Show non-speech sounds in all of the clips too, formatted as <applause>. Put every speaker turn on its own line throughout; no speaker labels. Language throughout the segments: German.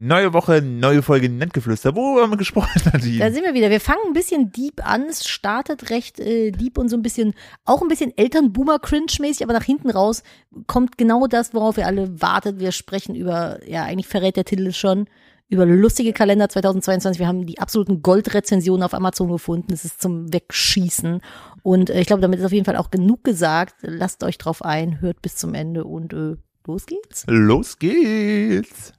Neue Woche, neue Folge Nettgeflüster. Worüber haben wir gesprochen,
Da
Nadine?
sind wir wieder. Wir fangen ein bisschen deep an. Es startet recht äh, deep und so ein bisschen, auch ein bisschen Eltern-Boomer-Cringe-mäßig, aber nach hinten raus kommt genau das, worauf ihr alle wartet. Wir sprechen über, ja, eigentlich verrät der Titel schon, über lustige Kalender 2022. Wir haben die absoluten Goldrezensionen auf Amazon gefunden. Es ist zum Wegschießen. Und äh, ich glaube, damit ist auf jeden Fall auch genug gesagt. Lasst euch drauf ein, hört bis zum Ende und äh, los geht's.
Los geht's.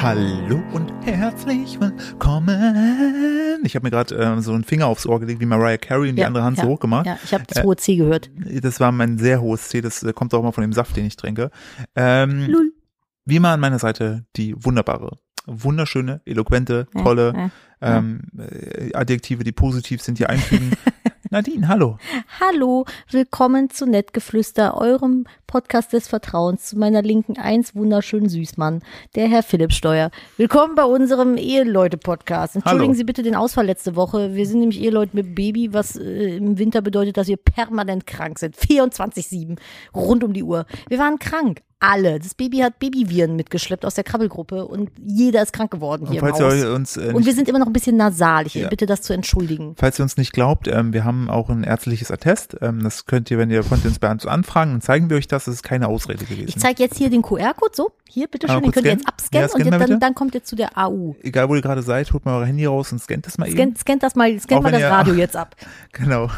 Hallo und herzlich willkommen. Ich habe mir gerade äh, so einen Finger aufs Ohr gelegt, wie Mariah Carey und die
Ja,
andere Hand
ja,
so hoch gemacht.
Ja, ich habe das hohe C gehört.
Das war mein sehr hohes Tee, das äh, kommt auch mal von dem Saft, den ich trinke. Ähm, Wie immer an meiner Seite die wunderbare, wunderschöne, eloquente, tolle
ja.
Ähm, äh, Adjektive, die positiv sind, hier
<laughs>
einfügen. Nadine, hallo.
Hallo, willkommen zu Nettgeflüster, eurem Podcast des Vertrauens. Zu meiner linken eins wunderschönen Süßmann, der Herr Philipp Steuer. Willkommen bei unserem Eheleute-Podcast. Entschuldigen
Hallo.
Sie bitte den Ausfall letzte Woche. Wir sind nämlich Eheleute mit Baby, was äh, im Winter bedeutet, dass wir permanent krank sind. 24-7, rund um die Uhr. Wir waren krank. Alle. Das Baby hat Babyviren mitgeschleppt aus der Krabbelgruppe und jeder ist krank geworden
Und
hier im
falls
Haus.
ihr, uns, äh,
Und
nicht,
wir sind immer noch ein bisschen nasal. Ich
Ja.
bitte das zu entschuldigen.
falls ihr uns nicht glaubt, ähm, wir haben auch ein ärztliches Attest. Ähm, das könnt ihr, wenn ihr könnt ihr uns bei uns anfragen, dann zeigen wir euch das. Das ist keine Ausrede
Ich
gewesen.
zeige jetzt hier den QR-Code, so, hier, bitteschön,
Einmal Ah,
den
kurz
könnt ihr jetzt
scannen.
abscannen
Ja, scannen
und
wir
jetzt,
bitte. Mhm.
dann, dann kommt ihr zu der AU.
Egal, wo ihr gerade seid, holt mal euer Handy raus und scannt das mal eben.
Scannt, scannt das mal, scannt
Auch
mal
wenn ihr-
das Radio jetzt
<laughs>
ab.
Genau.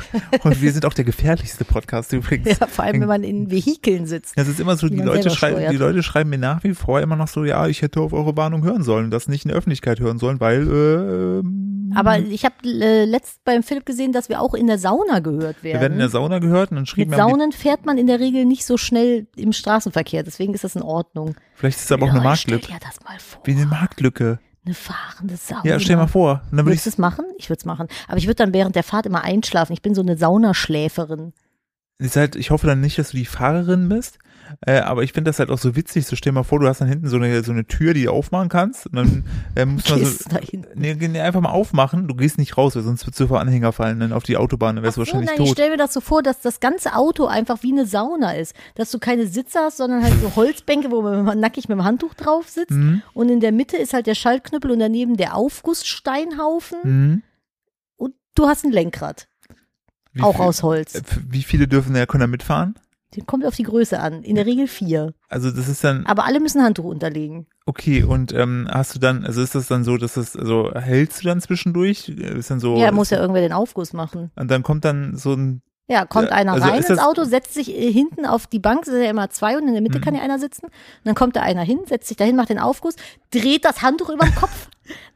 Und wir sind auch der gefährlichste
<laughs>
Podcast übrigens.
Ja, vor allem, wenn man in Vehikeln sitzt.
Das ist immer so, die,
man
Leute
selber
schreiben,
steuert.
die Leute schreiben mir nach wie vor immer noch so, ja, ich hätte auf eure Warnung hören sollen und das nicht in der Öffentlichkeit hören sollen, weil äh, ähm,
Aber ich habe äh, letzt beim Philipp gesehen, dass wir auch in der Sauna gehört
wir werden in
werden.
der Sauna um gehört und dann schrieben
ne?
mir,
Mit
am
Saunen fährt man in der Regel nicht so schnell im Straßenverkehr, deswegen ist das in Ordnung.
liebsten- vielleicht ist es aber auch eine
Leute, stell
Marktlücke.
dir das mal vor.
Wie eine Marktlücke.
Eine fahrende Sauna.
Ja, stell mal vor. Und dann würde
Würdest
ich,
du es machen? Ich würde es machen. Aber ich würde dann während der Fahrt immer einschlafen. Ich bin so eine Saunaschläferin.
ist halt, ich hoffe dann nicht, dass du die Fahrerin bist, äh, aber ich finde das halt auch so witzig. So stell mal vor, du hast dann hinten so eine, so eine Tür, die du aufmachen kannst und dann äh, muss man so.
Gehst da hin.
Nee, nee, einfach mal aufmachen, du gehst nicht raus, weil sonst würdest du vor Anhänger fallen, dann auf die Autobahn, dann wärst du
Ach so,
wahrscheinlich
nein, ich
tot.
stelle mir das so vor, dass das ganze Auto einfach wie eine Sauna ist. Dass du keine Sitze hast, sondern halt so Holzbänke, wo man nackig mit dem Handtuch drauf sitzt.
Hm.
Und in der Mitte ist halt der Schaltknüppel und daneben der Aufgusssteinhaufen.
Mhm.
Und du hast ein Lenkrad,
Wie
auch
viel-
aus Holz.
äh, Wie viele dürfen da, können da mitfahren?
Den kommt auf die Größe an. In der Regel vier.
Also das ist dann
Aber alle müssen Handtuch unterlegen.
okay und ähm, hast du dann also ist das dann so, dass das also hältst du dann zwischendurch Äh, Oh, ist dann so
ja, muss ja irgendwer den Aufguss machen.
und dann kommt dann so ein
Ja, kommt
Ja,
einer
also
rein
ist
ins
das-
Auto, setzt sich äh, hinten auf die Bank, sind ja immer zwei und in der Mitte kann ja
Mhm.
einer sitzen. Und dann kommt da einer hin, setzt sich dahin, macht den Aufguss, dreht das Handtuch
<laughs>
über den Kopf,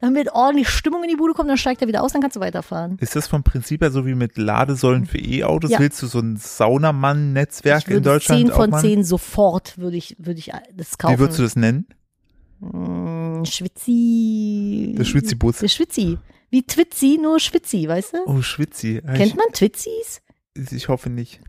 damit ordentlich Stimmung in die Bude kommt, dann steigt er wieder aus, dann kannst du weiterfahren.
ist das vom Prinzip her so wie mit Ladesäulen für E-Autos
Ja.
willst du so ein Saunamann-Netzwerk
Ich würde
in Deutschland
zehn von
aufmachen?
zehn sofort würde ich, würde ich äh, das kaufen. Mhm.
Wie würdest du das nennen?
Hm, Schwitzi.
Der Schwitzibus.
Der Schwitzi. Wie Twitzi, nur Schwitzi, weißt du?
Oh Schwitzi.
Kennt man Twitzis?
Ich, ich hoffe
<laughs>
nicht.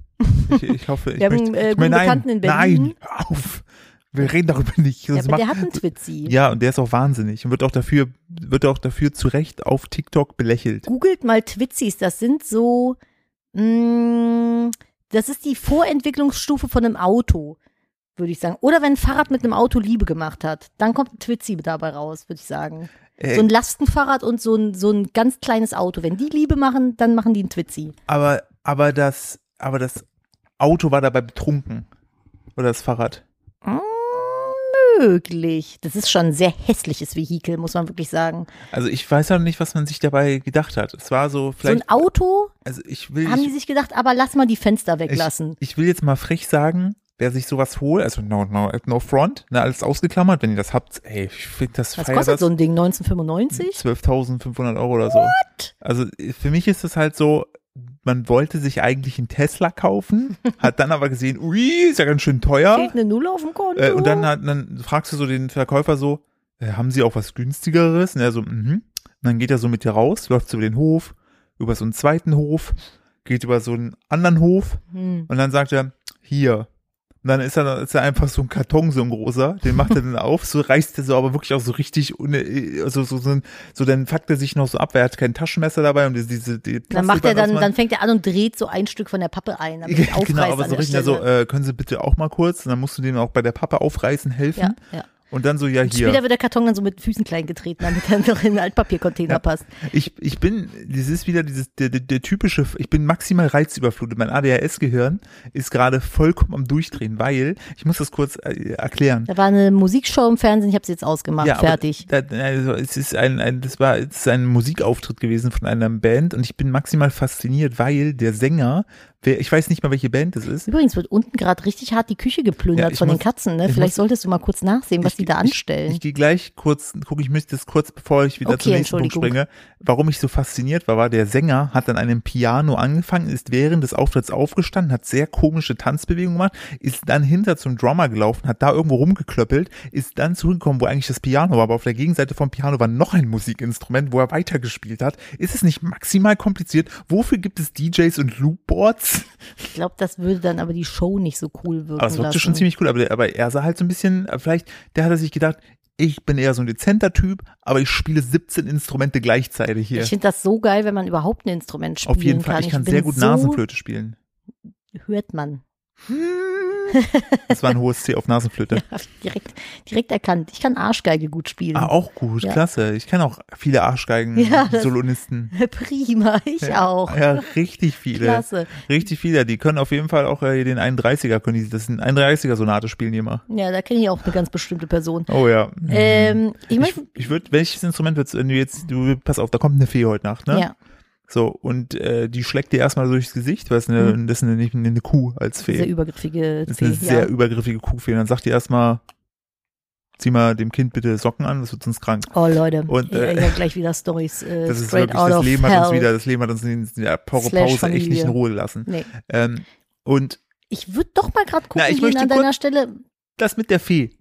Ich, ich hoffe. Ich
Wir haben
möchte,
einen, äh,
ich
guten
meine, nein,
Bekannten in
nein,
Berlin.
hör auf. Wir reden darüber nicht.
Ja,
sonst
aber
macht-
der hat einen Twitzi.
Ja, und der ist auch wahnsinnig und wird auch dafür, wird auch dafür zu Recht auf TikTok belächelt.
Googelt mal Twizzis, das sind so, mh, das ist die Vorentwicklungsstufe von einem Auto, würde ich sagen. Oder wenn ein Fahrrad mit einem Auto Liebe gemacht hat, dann kommt ein Twizzi dabei raus, würde ich sagen.
Äh,
So ein Lastenfahrrad und so ein, so ein ganz kleines Auto. Wenn die Liebe machen, dann machen die einen Twizzi.
aber, aber das, aber das Auto war dabei betrunken. Oder das Fahrrad.
Möglich. Das ist schon ein sehr hässliches Vehikel, muss man wirklich sagen.
Also ich weiß ja nicht, was man sich dabei gedacht hat. Es war so vielleicht,
so ein Auto
also ich will,
haben die
ich,
sich gedacht, aber lass mal die Fenster
ich,
weglassen.
ich will jetzt mal frech sagen, wer sich sowas holt, also no, no, no front, ne, alles ausgeklammert, wenn ihr das habt, ey, ich finde das
Was
feier
kostet
das.
so ein Ding? 1995?
12.500 Euro oder so. What? Also für mich ist es halt so, man wollte sich eigentlich einen Tesla
<laughs>
kaufen, hat dann aber gesehen, ui, ist ja ganz schön teuer.
Fehlt eine Null auf dem Konto?
Äh, und dann, hat, dann fragst du so den Verkäufer so, äh, haben sie auch was günstigeres? Und er so, mhm. Und dann geht er so mit dir raus, läuft so über den Hof, über so einen zweiten Hof, geht über so einen anderen Hof
Hm.
und dann sagt er, hier, Und dann ist er, ist er einfach so ein Karton, so ein großer, den macht
<laughs>
er dann auf, so reißt er so aber wirklich auch so richtig, une, also so, so, so, dann fuckt er sich noch so ab, er hat kein Taschenmesser dabei und diese, diese die
Dann macht er dann,
Plastikband
dann fängt er an und dreht so ein Stück von der Pappe
<laughs>
ein, damit es
ausmachen. <laughs>
aufreißt
Genau, aber
an
so
der
richtig, also,
Stelle.
äh, können Sie bitte auch mal kurz, und dann musst du dem auch bei der Pappe aufreißen helfen.
ja, ja.
Und dann so, ja,
Und
äh, hm? hier.
Später wird der Karton dann so mit Füßen klein getreten, damit er noch in den Altpapiercontainer
Ja.
passt.
Ich, ich bin, das ist wieder dieses, der, der, der typische, ich bin maximal reizüberflutet. Mein ADHS-Gehirn ist gerade vollkommen am Durchdrehen, weil, ich muss das kurz äh, erklären.
Da war eine Musikshow im Fernsehen, ich habe sie jetzt ausgemacht, fertig.
Aber, da, also, es ist ein, ein, das war, es ist ein Musikauftritt gewesen von einer Band und ich bin maximal fasziniert, weil der Sänger, wer, ich weiß nicht mal, welche Band es ist.
Übrigens wird unten gerade richtig hart die Küche
Ja,
geplündert
ich
von den
muss-
Katzen. Ne?
ich
Vielleicht
muss-
solltest du mal kurz nachsehen, was
Ich-
die da
ich-
anstellen.
Ich, ich gehe gleich kurz, guck, ich müsste das kurz, bevor ich wieder
Okay,
zum nächsten Punkt
Entschuldigung.
springe. Warum ich so fasziniert war, war der Sänger hat an einem Piano angefangen, ist während des Auftritts aufgestanden, hat sehr komische Tanzbewegungen gemacht, ist dann hinter zum Drummer gelaufen, hat da irgendwo rumgeklöppelt, ist dann zurückgekommen, wo eigentlich das Piano war, aber auf der Gegenseite vom Piano war noch ein Musikinstrument, wo er weitergespielt hat. Ist es nicht maximal kompliziert? Wofür gibt es DJs und Loopboards?
Ich glaube, das würde dann aber die Show nicht so cool wirken
Aber es wirkte
lassen.
schon ziemlich cool, aber, aber er sah halt so ein bisschen, äh, vielleicht, der hat er sich gedacht, ich bin eher so ein dezenter Typ, aber ich spiele 17 Instrumente gleichzeitig hier.
ich finde das so geil, wenn man überhaupt ein Instrument spielen
Auf jeden Fall,
kann.
ich kann
bin
sehr gut
so,
Nasenflöte spielen.
Hört man. <laughs>
Das war ein hohes C auf Nasenflöte.
Hab ich direkt, direkt erkannt. Ich kann Arschgeige gut spielen.
Ah, auch gut,
<laughs> Ja.
klasse. Ich kenne auch viele Arschgeigen,
Ja, das-
Solonisten.
Prima, ich
Ja,
<laughs>
also
auch.
Ja, richtig viele.
Klasse.
Richtig viele. Die können auf jeden Fall auch äh, den 31er, können die, das ist eine 31er-Sonate spielen, die immer.
Ja, da kenne ich auch eine ganz bestimmte Person.
Oh ja.
Ähm, ich
ich
möchte.
ich würde, welches Instrument würdest du, wenn du jetzt, du, pass auf, da kommt eine Fee heute Nacht, ne?
Ja,
So, und äh, die schlägt dir erstmal durchs Gesicht, weil es eine, das ist eine, nicht eine, eine Kuh als
Mhm. sehr
Fee.
übergriffige
Das ist
Fee.
eine sehr
Ja.
übergriffige Kuhfee. Und dann sagt die erstmal, zieh mal dem Kind bitte Socken an, das wird sonst krank.
Oh Leute,
Und,
ja,
äh,
ich habe gleich wieder Stories. Äh,
Das ist
straight
wirklich,
out
das
of
Leben
hell.
hat uns wieder, das Leben hat uns in der Pause echt
Familie.
nicht in Ruhe gelassen.
Nee.
Ähm, und
Ich würde doch mal gerade gucken
Na, ich
gehen
möchte
an
kurz-
deiner Stelle.
das mit der Fee.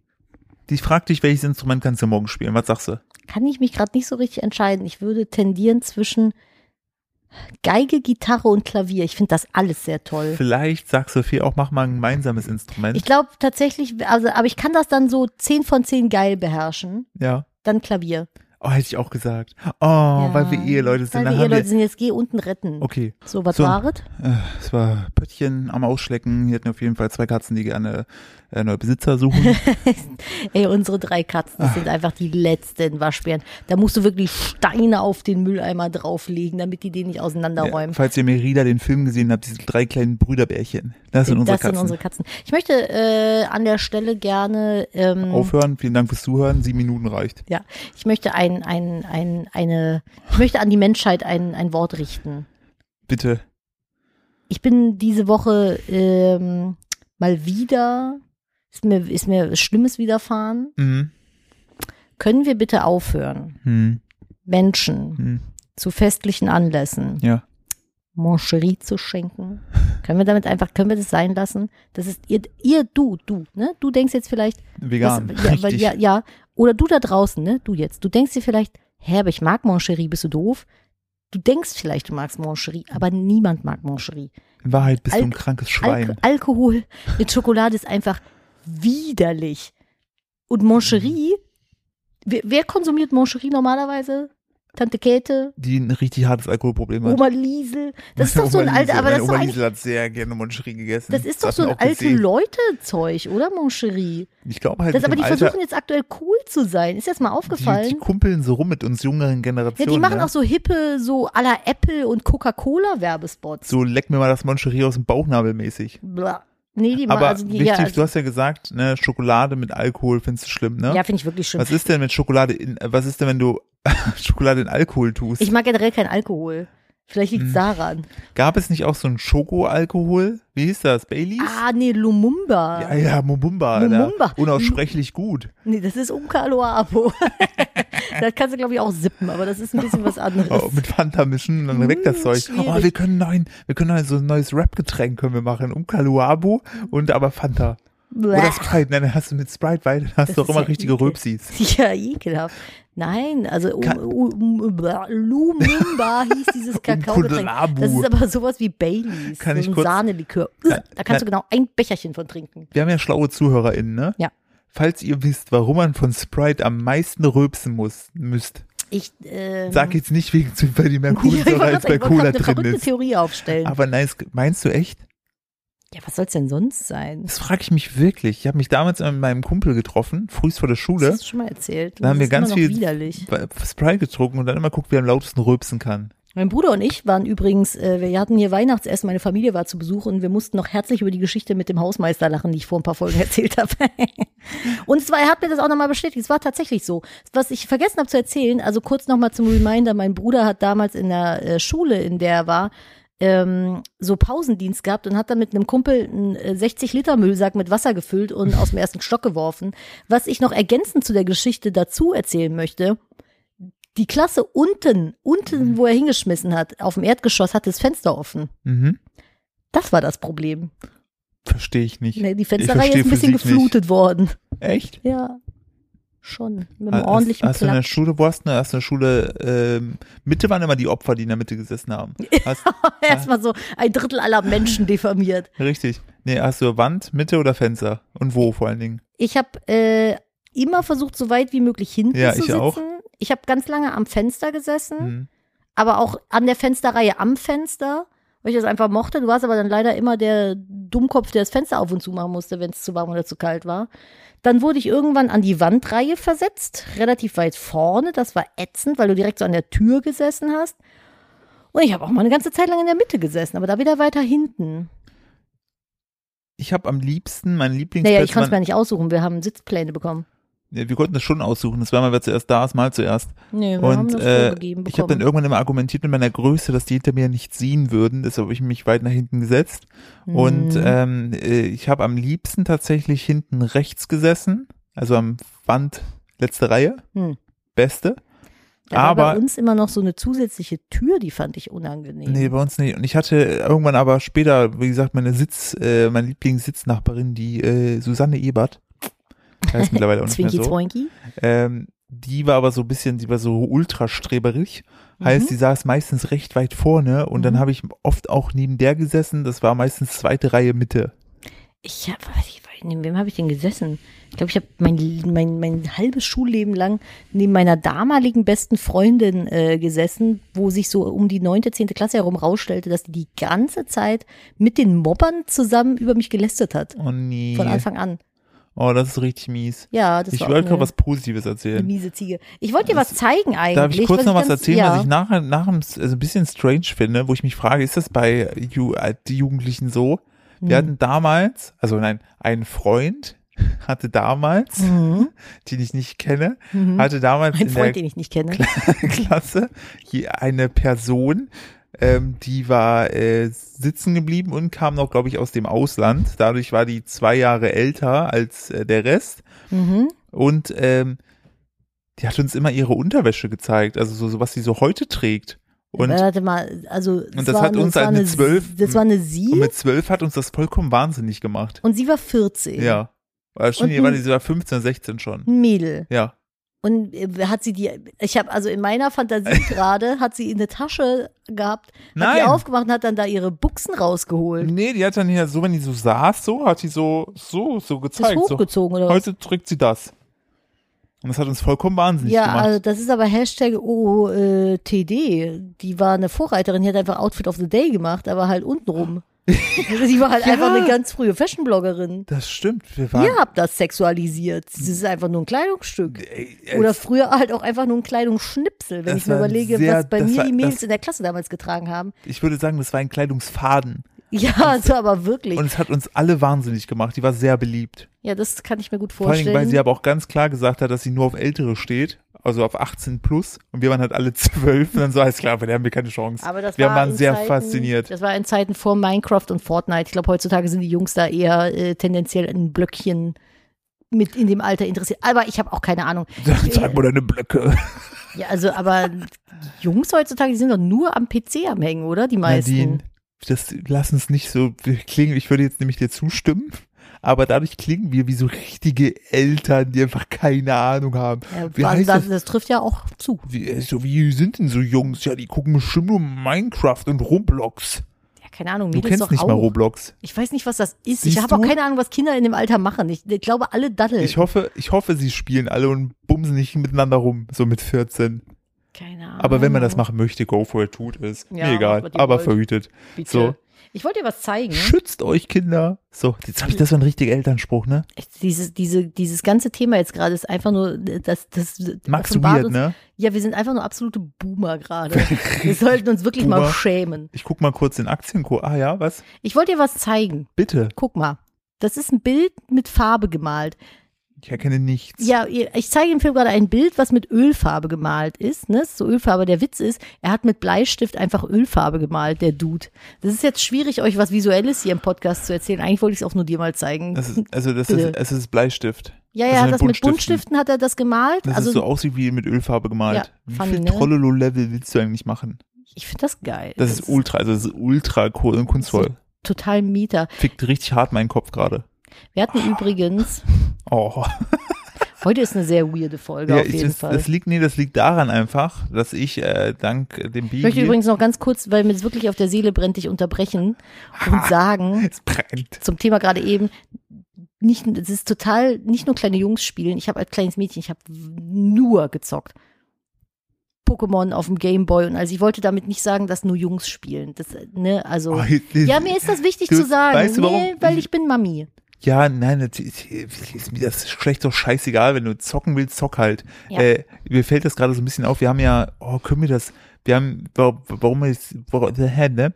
Die fragt dich, welches Instrument kannst du morgen spielen? Was sagst du?
kann ich mich gerade nicht so richtig entscheiden. Ich würde tendieren zwischen Geige, Gitarre und Klavier. Ich finde das alles sehr toll.
Vielleicht sagst du Fee auch, mach mal ein gemeinsames Instrument.
Ich glaube tatsächlich, also, aber ich kann das dann so 10 von 10 geil beherrschen.
ja.
Dann Klavier.
Oh, hätte ich auch gesagt. Oh,
Ja.
weil wir Eheleute sind.
Weil
dann
wir
haben wir-
Eheleute sind, jetzt geh unten retten.
Okay.
So, was
So.
waret?
Äh, Es war Pöttchen am Ausschlecken. Hier hatten auf jeden Fall zwei Katzen, die gerne äh, neue Besitzer
<laughs>
suchen.
Ey, unsere drei Katzen
Ah.
das sind einfach die letzten Waschbären. Da musst du wirklich Steine auf den Mülleimer drauflegen, damit die den nicht auseinanderräumen.
Falls ihr Merida den Film gesehen habt, diese drei kleinen Brüderbärchen. Das sind unsere
das
Katzen.
sind unsere Katzen. Ich möchte äh, an der Stelle gerne ähm,
Aufhören. Vielen Dank fürs Zuhören. Sieben Minuten reicht.
Ja, ich möchte ein, ein, ein, eine, ich möchte an die Menschheit ein, ein Wort richten.
Bitte.
Ich bin diese Woche ähm, mal wieder, ist mir, ist mir was Schlimmes widerfahren.
Mhm.
Können wir bitte aufhören,
Mhm.
Menschen
Mhm.
zu festlichen Anlässen
Ja.
Mancherie zu schenken? Können wir damit einfach, können wir das sein lassen? Das ist ihr, ihr, du, du, ne? Du denkst jetzt vielleicht,
Vegan.
Das, ja, weil,
Richtig.
ja, ja, oder du da draußen, ne, du jetzt, du denkst dir vielleicht, hä, aber ich mag Moncherie, bist du doof? Du denkst vielleicht, du magst Moncherie, aber niemand mag Moncherie.
In Wahrheit bist
Al-
du ein krankes
Alk
Schwein.
Alkohol mit Schokolade ist einfach widerlich. Und Moncherie, wer, wer konsumiert Moncherie normalerweise? Tante Käthe,
die ein richtig hartes Alkoholproblem hat.
Oma Liesel. Das ist doch so ein
Oma
alter,
Liesel.
aber das
Meine
ist doch,
Oma
eigentlich,
Liesel hat sehr gerne Moncherie gegessen.
das ist doch
hat
so
man
ein
auch
alte
gesehen.
Leute-Zeug, oder Moncherie?
Ich glaube halt,
Das,
mit
aber
dem
die
Alter,
versuchen jetzt aktuell cool zu sein. Ist dir das mal aufgefallen?
die, die kumpeln so rum mit uns jüngeren
Ja,
Generationen.
die machen
ne?
auch so hippe, so aller Apple und Coca-Cola Werbespots.
so leck mir mal das Moncherie aus dem Bauchnabel mäßig.
Bla. Nee, die machen
Aber
also die,
wichtig,
ja,
du
also,
hast ja gesagt, ne, Schokolade mit Alkohol findest du schlimm, ne?
ja finde ich wirklich schlimm.
Was ist denn mit Schokolade in, äh, was ist denn, wenn du <laughs> Schokolade in Alkohol tust?
Ich mag generell keinen Alkohol. Vielleicht
Hm.
liegt es daran.
Gab es nicht auch so einen Schokoalkohol? Wie hieß das? Baileys?
Ah, nee, Lumumba.
Hm. ja, ja, Mumumba, Alter.
Mumumba.
Unaussprechlich gut.
Nee, das ist Umkalo Abo. <laughs> das kannst du, glaube ich, auch sippen, aber das ist ein bisschen
<laughs>
was anderes.
Oh, mit Fanta mischen, dann weg das Zeug. Oh,
schwierig.
wir können neuen, wir können neuen, so ein neues Rap-Getränk können wir machen. Um Kaluabu und aber Fanta. Oder Sprite. Nein, dann hast du mit Sprite weiter, dann hast
Das
du auch
ist
immer
ja
richtige
ekel.
Röpsis. <laughs>
Ja, ekelhaft. Nein, also um,
Ka-
um, um, bla- Lumumba hieß
<laughs>
dieses Kakao.
Kudelabu.
Das ist aber sowas wie Baileys,
Kann
so
ich
ein
kurz-
Sahnelikör. Ugh,
Nein,
Da kannst du genau ein Becherchen von trinken.
Wir haben ja schlaue ZuhörerInnen, ne?
Ja.
Falls ihr wisst, warum man von Sprite am meisten rülpsen muss, müsst,
Ich ähm,
sag jetzt nicht wegen zu, weil die mehr
<laughs> ja, ich wollte
Kohlensäure
gerade
als
sagen,
bei
ich wollte
Cola
gerade eine
drin
verrückte
ist.
Theorie aufstellen.
Aber nein, es- meinst du echt?
ja, was soll's denn sonst sein?
Das frage ich mich wirklich. Ich habe mich damals mit meinem Kumpel getroffen, frühst vor der
Das
Schule,
hast du schon mal erzählt.
Da haben
Das
wir
ist
ganz
immer noch
viel-
widerlich.
bei- Sprite getrunken und dann immer guckt, wer am lautesten rülpsen kann.
Mein Bruder und ich waren übrigens, äh, wir hatten hier Weihnachtsessen, meine Familie war zu Besuch und wir mussten noch herzlich über die Geschichte mit dem Hausmeister lachen, die ich vor ein paar Folgen <laughs> erzählt habe. und zwar, er hat mir das auch nochmal bestätigt, es war tatsächlich so. Was ich vergessen habe zu erzählen, also kurz nochmal zum Reminder, mein Bruder hat damals in der äh, Schule, in der er war, ähm, so Pausendienst gehabt und hat dann mit einem Kumpel einen äh, 60 Liter Müllsack mit Wasser gefüllt
<laughs>
und aus dem ersten Stock geworfen. Was ich noch ergänzend zu der Geschichte dazu erzählen möchte, die Klasse unten, unten, wo er hingeschmissen hat, auf dem Erdgeschoss, hatte das Fenster offen.
Mhm.
Das war das Problem.
Verstehe ich nicht.
Ne, Die
ich
Fensterreihe ist
verstehe
ein bisschen
Physik
geflutet worden.
Echt? Ah,
Ja, schon. Mit
Hast-
einem ordentlichen
hast, hast du in der
<laughs> Platz.
Schule, wo hast du, hast du in der Schule, ähm, Mitte waren immer die Opfer, die in der Mitte gesessen
<laughs>
haben. Hast,
Erstmal so ein Drittel aller Menschen diffamiert.
richtig. Nee, hast du Wand, Mitte oder Fenster? Und wo vor allen Dingen?
Ich habe äh, immer versucht, so weit wie möglich hinten
Ja,
zu
ich
sitzen.
auch.
Ich habe ganz lange am Fenster gesessen,
Mhm.
aber auch an der Fensterreihe am Fenster, weil ich das einfach mochte. Du warst aber dann leider immer der Dummkopf, der das Fenster auf und zu machen musste, wenn es zu warm oder zu kalt war. Dann wurde ich irgendwann an die Wandreihe versetzt, relativ weit vorne. Das war ätzend, weil du direkt so an der Tür gesessen hast. Und ich habe auch mal eine ganze Zeit lang in der Mitte gesessen, aber da wieder weiter hinten.
Ich habe am liebsten mein Lieblingsplatz.
Naja, ich konnte es mir
waren-
nicht aussuchen. Wir haben Sitzpläne bekommen.
Ja, wir konnten das schon aussuchen. Das war mal, wer zuerst da ist, mal zuerst.
Nee, wir haben
Und
das
äh,
vorgegeben
ich habe dann
bekommen.
irgendwann immer argumentiert mit meiner Größe, dass die hinter mir nicht sehen würden. Deshalb habe ich mich weit nach hinten gesetzt. Und
Mhm.
ähm, äh, ich habe am liebsten tatsächlich hinten rechts gesessen. Also am Wand, letzte Reihe,
Hm.
beste.
Da war
aber-
bei uns immer noch so eine zusätzliche Tür, die fand ich unangenehm.
Nee, bei uns nicht. Und ich hatte irgendwann aber später, wie gesagt, meine Sitz, äh, meine Lieblingssitznachbarin, die äh, Susanne Ebert. Das
<laughs>
ist mittlerweile auch nicht mehr
Zwinki
so.
Zwinki.
Ähm, die war aber so ein bisschen, die war so ultrastreberig. Heißt, die saß meistens recht weit vorne und dann
Mhm.
habe ich oft auch neben der gesessen. Das war meistens zweite Reihe Mitte.
Ich habe, ich, weiß nicht, neben wem habe ich denn gesessen? Ich glaube, ich habe mein, mein, mein halbes Schulleben lang neben meiner damaligen besten Freundin äh, gesessen, wo sich so um die neunte, zehnte Klasse herum rausstellte, dass die die ganze Zeit mit den Mobbern zusammen über mich gelästert hat.
Oh nee.
Von Anfang an.
Oh, das ist richtig mies.
Ja, das
ich
war auch
wollte gerade
eine,
was Positives
eine
erzählen.
miese Ziege. Ich wollte dir
Das-
was zeigen eigentlich.
Darf ich kurz noch was
ganz-
erzählen,
ja.
was ich nach, nach dem, also ein bisschen strange finde, wo ich mich frage, ist das bei Ju, äh, die Jugendlichen so?
Mhm.
Wir hatten damals, also nein, ein Freund hatte damals,
Mhm.
den ich nicht kenne, <laughs>
Mhm.
hatte damals
Ein
in der
Freund, den ich nicht kenne.
<laughs> Klasse hier eine Person, ähm, die war äh, sitzen geblieben und kam noch, glaube ich, aus dem Ausland. Dadurch war die zwei Jahre älter als äh, der Rest.
Mhm.
Und ähm, die hat uns immer ihre Unterwäsche gezeigt, also so, so was sie so heute trägt. Und,
Warte mal, also es
das
war,
hat uns
das war
eine
eine
zwölf-
Das war eine Sie
und mit zwölf hat uns das vollkommen wahnsinnig gemacht.
und sie war 14.
Ja. Oder schon,
Äh. Und
die war
ein-
die sogar 15, 16 schon.
Ein Mädel.
Ja.
Und äh, hat sie die, ich habe also in
<laughs>
meiner Fantasie gerade, hat sie in der Tasche gehabt, hat die
Nein. Hm,
aufgemacht und hat dann da ihre Buchsen rausgeholt.
Nee, die hat dann ja so, wenn die so saß, so, hat die so, so, so
Das
gezeigt. So,
hochgezogen oder was?
Heute drückt sie das. Und das hat uns vollkommen wahnsinnig
Ja,
gemacht.
also das ist aber Hashtag OTD. Die war eine Vorreiterin, die hat einfach Outfit of the Day gemacht, aber
<laughs>
halt untenrum. Sie war halt
Ja.
einfach eine ganz frühe Fashion-Bloggerin.
das stimmt. Wir waren
Ihr habt das sexualisiert. Das ist einfach nur ein Kleidungsstück.
Ey, ey,
Oder früher halt auch einfach nur ein Kleidungsschnipsel, wenn
Äh, Das
ich mir
war ein
überlege,
sehr-
was bei
das
mir
war-
die Mädels
das-
in der Klasse damals getragen haben. <laughs>
ich würde sagen, das war ein Kleidungsfaden.
Ja, so aber wirklich.
Und es hat uns alle wahnsinnig gemacht. Die war sehr beliebt.
Ja, das kann ich mir gut
Vor allen
vorstellen.
Dingen, weil sie aber auch ganz klar gesagt hat, dass sie nur auf Ältere steht. Also auf 18 plus. Und wir waren halt alle <laughs> 12. Und dann so, alles klar, wir haben wir keine Chance.
aber das
wir
war
waren
in
sehr
Zeiten,
fasziniert.
Das war in Zeiten vor Minecraft und Fortnite. Ich glaube, heutzutage sind die Jungs da eher äh, tendenziell in Blöckchen mit in dem Alter interessiert. Aber ich habe auch keine Ahnung.
<laughs> Zeig mal deine Blöcke.
Ja, also, aber Jungs heutzutage, die sind doch nur am PC am Hängen, oder? Die meisten.
Nadine, das lass uns nicht so klingen. Ich würde jetzt nämlich dir zustimmen. aber dadurch klingen wir wie so richtige Eltern, die einfach keine Ahnung haben.
Ja,
wie
war-
heißt
das,
das?
das trifft ja auch zu.
Wie, äh, so, wie sind denn so Jungs? Ja, die gucken bestimmt nur Minecraft und Roblox.
Ja, keine Ahnung,
Du
Mädels
kennst
doch
nicht
auch.
mal Roblox.
Ich weiß nicht, was das ist.
Siehst
ich habe auch
du?
keine Ahnung, was Kinder in dem Alter machen. Ich, ich glaube, alle Datteln.
Ich hoffe, ich hoffe, sie spielen alle und bumsen nicht miteinander rum, so mit 14.
keine Ahnung.
Aber wenn man das machen möchte, go for it, tut es.
Ah. Ja,
Mir egal,
was ihr
aber
wollt.
verhütet.
Bitte.
so.
Ich wollte dir was zeigen.
Schützt euch, Kinder. So, jetzt habe ich das so ein richtiger Elternspruch, ne?
Echt, Dieses, diese, dieses ganze Thema jetzt gerade ist einfach nur, das, das
Max
offenbart
weird,
uns-
ne?
Ja, wir sind einfach nur absolute Boomer
<laughs>
gerade. wir sollten uns wirklich mal
Boomer.
schämen.
Ich guck mal kurz den Aktienkurs. Ah ja, was?
Ich wollte dir was zeigen.
Bitte.
Guck mal. Das ist ein Bild mit Farbe gemalt.
Ich erkenne nichts.
Ja, ihr- ich zeige im Film gerade ein Bild, was mit Ölfarbe gemalt ist. Ne? Das ist So Ölfarbe, der Witz ist, er hat mit Bleistift einfach Ölfarbe gemalt, der Dude. Das ist jetzt schwierig, euch was Visuelles hier im Podcast zu erzählen. Eigentlich wollte ich es auch nur dir mal zeigen.
Das ist, also das
Bitte.
ist, es ist Bleistift.
ja,
das
ja,
sind
das mit
Buntstiften.
Buntstiften hat er das gemalt.
Das
also
ist so aussieht wie mit Ölfarbe gemalt.
Ja,
wie
funny,
viel
ne?
Trollolo-Level willst du eigentlich machen?
ich finde das geil.
Das, ist ultra, also das ist ultra cool und kunstvoll.
Also total Mieter.
Fickt richtig hart meinen Kopf gerade.
Wir hatten übrigens,
Oh.
heute ist eine sehr weirde Folge
Ja,
auf
ich,
jeden
das,
Fall.
das liegt, nee, das liegt daran einfach, dass ich äh, dank äh, dem
ich möchte
Bibi
übrigens noch ganz kurz, weil mir es wirklich auf der Seele brennt, dich unterbrechen
<laughs>
und sagen,
<laughs> es brennt.
zum Thema gerade eben, nicht, es ist total, nicht nur kleine Jungs spielen, ich habe als kleines Mädchen, ich habe nur gezockt. Pokémon auf dem Gameboy und also ich wollte damit nicht sagen, dass nur Jungs spielen. Das, ne, also.
Oh, ich-
ja, mir ist das wichtig
Du-
zu sagen.
weißt du,
nee,
warum?
weil ich bin Mami.
Ja, nein, das ist ist mir das schlecht doch scheißegal, wenn du zocken willst, zock halt.
Ja.
Äh, mir fällt das gerade so ein bisschen auf. Wir haben ja, oh, können wir das, wir haben, wa- warum ist, warum, hä, ne?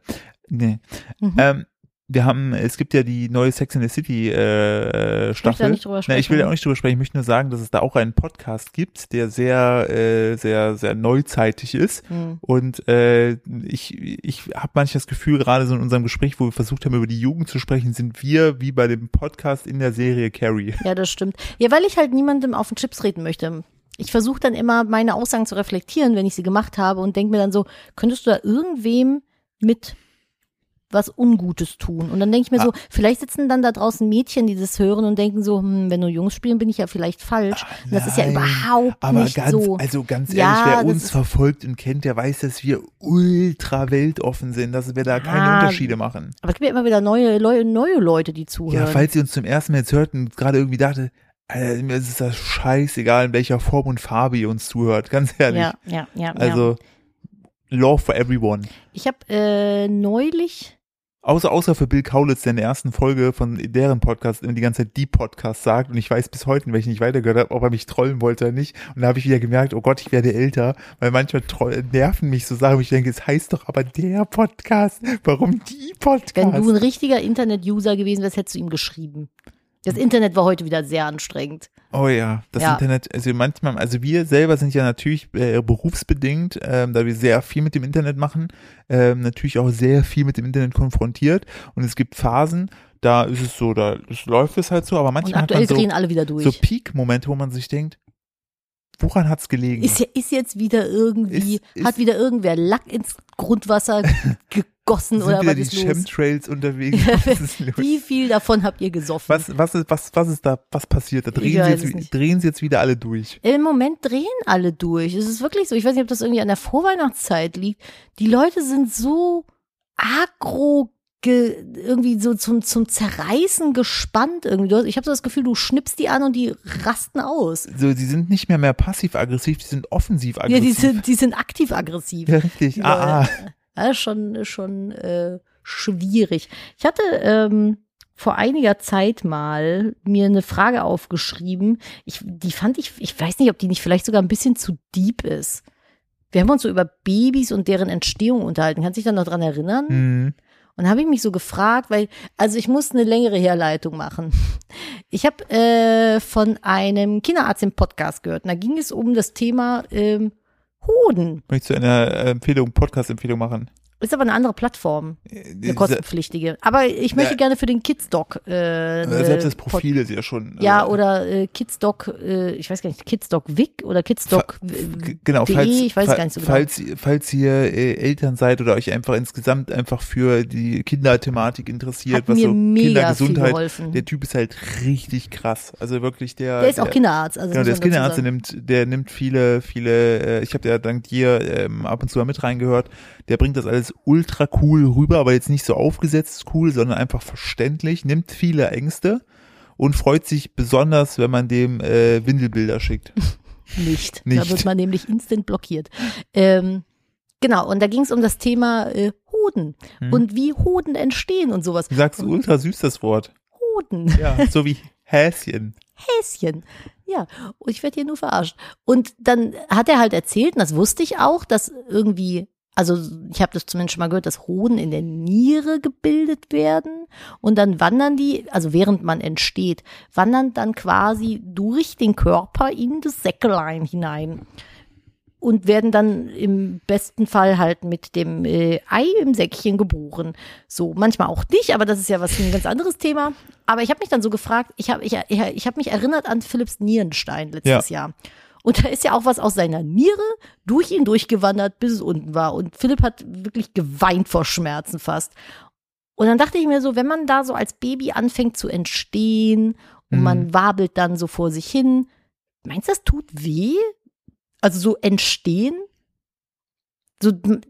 Nee.
Mhm.
Ähm, wir haben, es gibt ja die neue Sex in the City äh,
Ich möchte da
Staffel.
nicht drüber
Na,
sprechen.
ich will ja auch nicht drüber sprechen. Ich möchte nur sagen, dass es da auch einen Podcast gibt, der sehr, äh, sehr, sehr neuzeitig ist.
Hm.
Und äh, ich, ich habe manchmal das Gefühl, gerade so in unserem Gespräch, wo wir versucht haben, über die Jugend zu sprechen, sind wir wie bei dem Podcast in der Serie Carrie.
Ja, das stimmt. Ja, weil ich halt niemandem auf den Chips treten möchte. Ich versuche dann immer, meine Aussagen zu reflektieren, wenn ich sie gemacht habe und denke mir dann so, könntest du da irgendwem mit was Ungutes tun? Und dann denke ich mir so, vielleicht sitzen dann da draußen Mädchen, die das hören und denken so, hm, wenn nur Jungs spielen, bin ich ja vielleicht falsch. und das ist ja
Ah, nein,
überhaupt
Aber
nicht
ganz,
so.
also ganz
Ja,
ehrlich,
das
wer uns
ist-
verfolgt und kennt, der weiß, dass wir ultra weltoffen sind, dass wir da keine
Ah,
Unterschiede machen.
Aber es gibt ja immer wieder neue, Leu- neue Leute, die zuhören.
Ja, falls ihr uns zum ersten Mal jetzt hört und gerade irgendwie dachte, Alter, mir ist das scheißegal, in welcher Form und Farbe ihr uns zuhört, <laughs> ganz ehrlich.
ja, ja, ja. ja.
also, Law for everyone.
Ich habe äh, neulich
Außer, außer für Bill Kaulitz, der in der ersten Folge von deren Podcast immer die ganze Zeit die Podcast sagt und ich weiß bis heute, nicht, weil ich nicht weitergehört habe, ob er mich trollen wollte oder nicht. Und da habe ich wieder gemerkt, oh Gott, ich werde älter, weil manchmal troll, nerven mich so Sachen, wo ich denke, es heißt doch aber der Podcast, warum die Podcast?
Wenn du ein richtiger Internet-User gewesen wärst, hättest du ihm geschrieben. Das
Hm.
Internet war heute wieder sehr anstrengend.
Oh ja, das
Ja.
Internet, also manchmal, also wir selber sind ja natürlich äh, berufsbedingt, ähm, da wir sehr viel mit dem Internet machen, ähm, natürlich auch sehr viel mit dem Internet konfrontiert und es gibt Phasen, da ist es so, da es läuft es halt so, aber
Und
manchmal hat
aktuell
man so,
drehen alle wieder
so
durch.
Peak-Momente, wo man sich denkt, woran hat's gelegen?
ist, ja- ist jetzt wieder irgendwie,
Ist- ist-
hat wieder irgendwer Lack ins
<laughs>
Grundwasser gegossen
Sind
oder
wieder
was
die
ist los?
Chemtrails
<laughs>
unterwegs? Was ist los?
Wie viel davon habt ihr gesoffen?
Was, was, ist, was, was ist da, was passiert da?
Ich
Drehen,
weiß
sie,
es
jetzt, wie-
nicht.
drehen sie jetzt wieder alle durch?
Im Moment drehen alle durch. Es ist wirklich so. Ich weiß nicht, ob das irgendwie an der Vorweihnachtszeit liegt. Die Leute sind so agro ge, irgendwie so zum, zum Zerreißen gespannt irgendwie. Du hast- Ich habe so das Gefühl, du schnippst die an und die rasten aus.
So, die sind nicht mehr mehr passiv-aggressiv, die sind
Ja, die
offensiv-aggressiv.
sind, die sind aktiv
<laughs>
aggressiv.
Ja, richtig. Ah, ah.
Ja, ist schon, schon äh, schwierig. Ich hatte ähm, vor einiger Zeit mal mir eine Frage aufgeschrieben. Ich, die fand ich, ich weiß nicht, ob die nicht vielleicht sogar ein bisschen zu deep ist. Wir haben uns so über Babys und deren Entstehung unterhalten. Kannst du dich da noch dran erinnern?
Hm.
Und habe ich mich so gefragt, weil, also ich muss eine längere Herleitung machen. <laughs> Ich habe äh, von einem Kinderarzt im Podcast gehört. Und da ging es um das Thema ähm, Hoden.
Möchtest du eine äh, Empfehlung, Podcast-Empfehlung machen?
Ist aber eine andere Plattform, eine kostenpflichtige. Aber ich möchte
Ja.
gerne für den Kidsdoc. Äh,
Äh, Selbst das
Pod-
Profil ist ja schon. äh,
Ja, oder äh, Kidsdoc, äh, ich weiß gar nicht, Kidsdoc Wick oder Kidsdoc.
G- Genau,
DE,
falls,
E, ich weiß
fa-
gar nicht so genau.
falls, falls ihr äh, Eltern seid oder euch einfach insgesamt einfach für die Kinderthematik interessiert,
Hat
was
mir
so
mega viel
Kindergesundheit,
geholfen.
der Typ ist halt richtig krass. Also wirklich der.
der ist auch Kinderarzt. Also
Genau,
muss
der
man
ist
dazu
Kinderarzt, der
sagen.
nimmt, der nimmt viele, viele, äh, ich habe ja dank dir ähm, ab und zu mal mit reingehört, der bringt das alles ultra cool rüber, aber jetzt nicht so aufgesetzt cool, sondern einfach verständlich, nimmt viele Ängste und freut sich besonders, wenn man dem äh, Windelbilder schickt.
Nicht. Da
ne? Nicht.
wird man nämlich instant blockiert. Ähm, genau, und da ging es um das Thema äh, Hoden
Hm.
und wie Hoden entstehen und sowas.
Du
<laughs>
sagst ultra süß das Wort.
Hoden,
Ja, so wie Häschen.
Häschen. Ja, und ich werde hier nur verarscht. Und dann hat er halt erzählt, und das wusste ich auch, dass irgendwie, also ich habe das zumindest schon mal gehört, dass Hoden in der Niere gebildet werden und dann wandern die, also während man entsteht, wandern dann quasi durch den Körper in das Säckelein hinein und werden dann im besten Fall halt mit dem äh, Ei im Säckchen geboren. So, manchmal auch nicht, aber das ist ja was ein ganz anderes Thema. Aber ich habe mich dann so gefragt, ich habe ich, ich, ich hab mich erinnert an Philipps Nierenstein letztes Jahr. Und da ist ja auch was aus seiner Niere durch ihn durchgewandert, bis es unten war. Und Philipp hat wirklich geweint vor Schmerzen fast. Und dann dachte ich mir so, wenn man da so als Baby anfängt zu entstehen und
Mhm.
man wabelt dann so vor sich hin, meinst du, das tut weh? Also so entstehen? So m-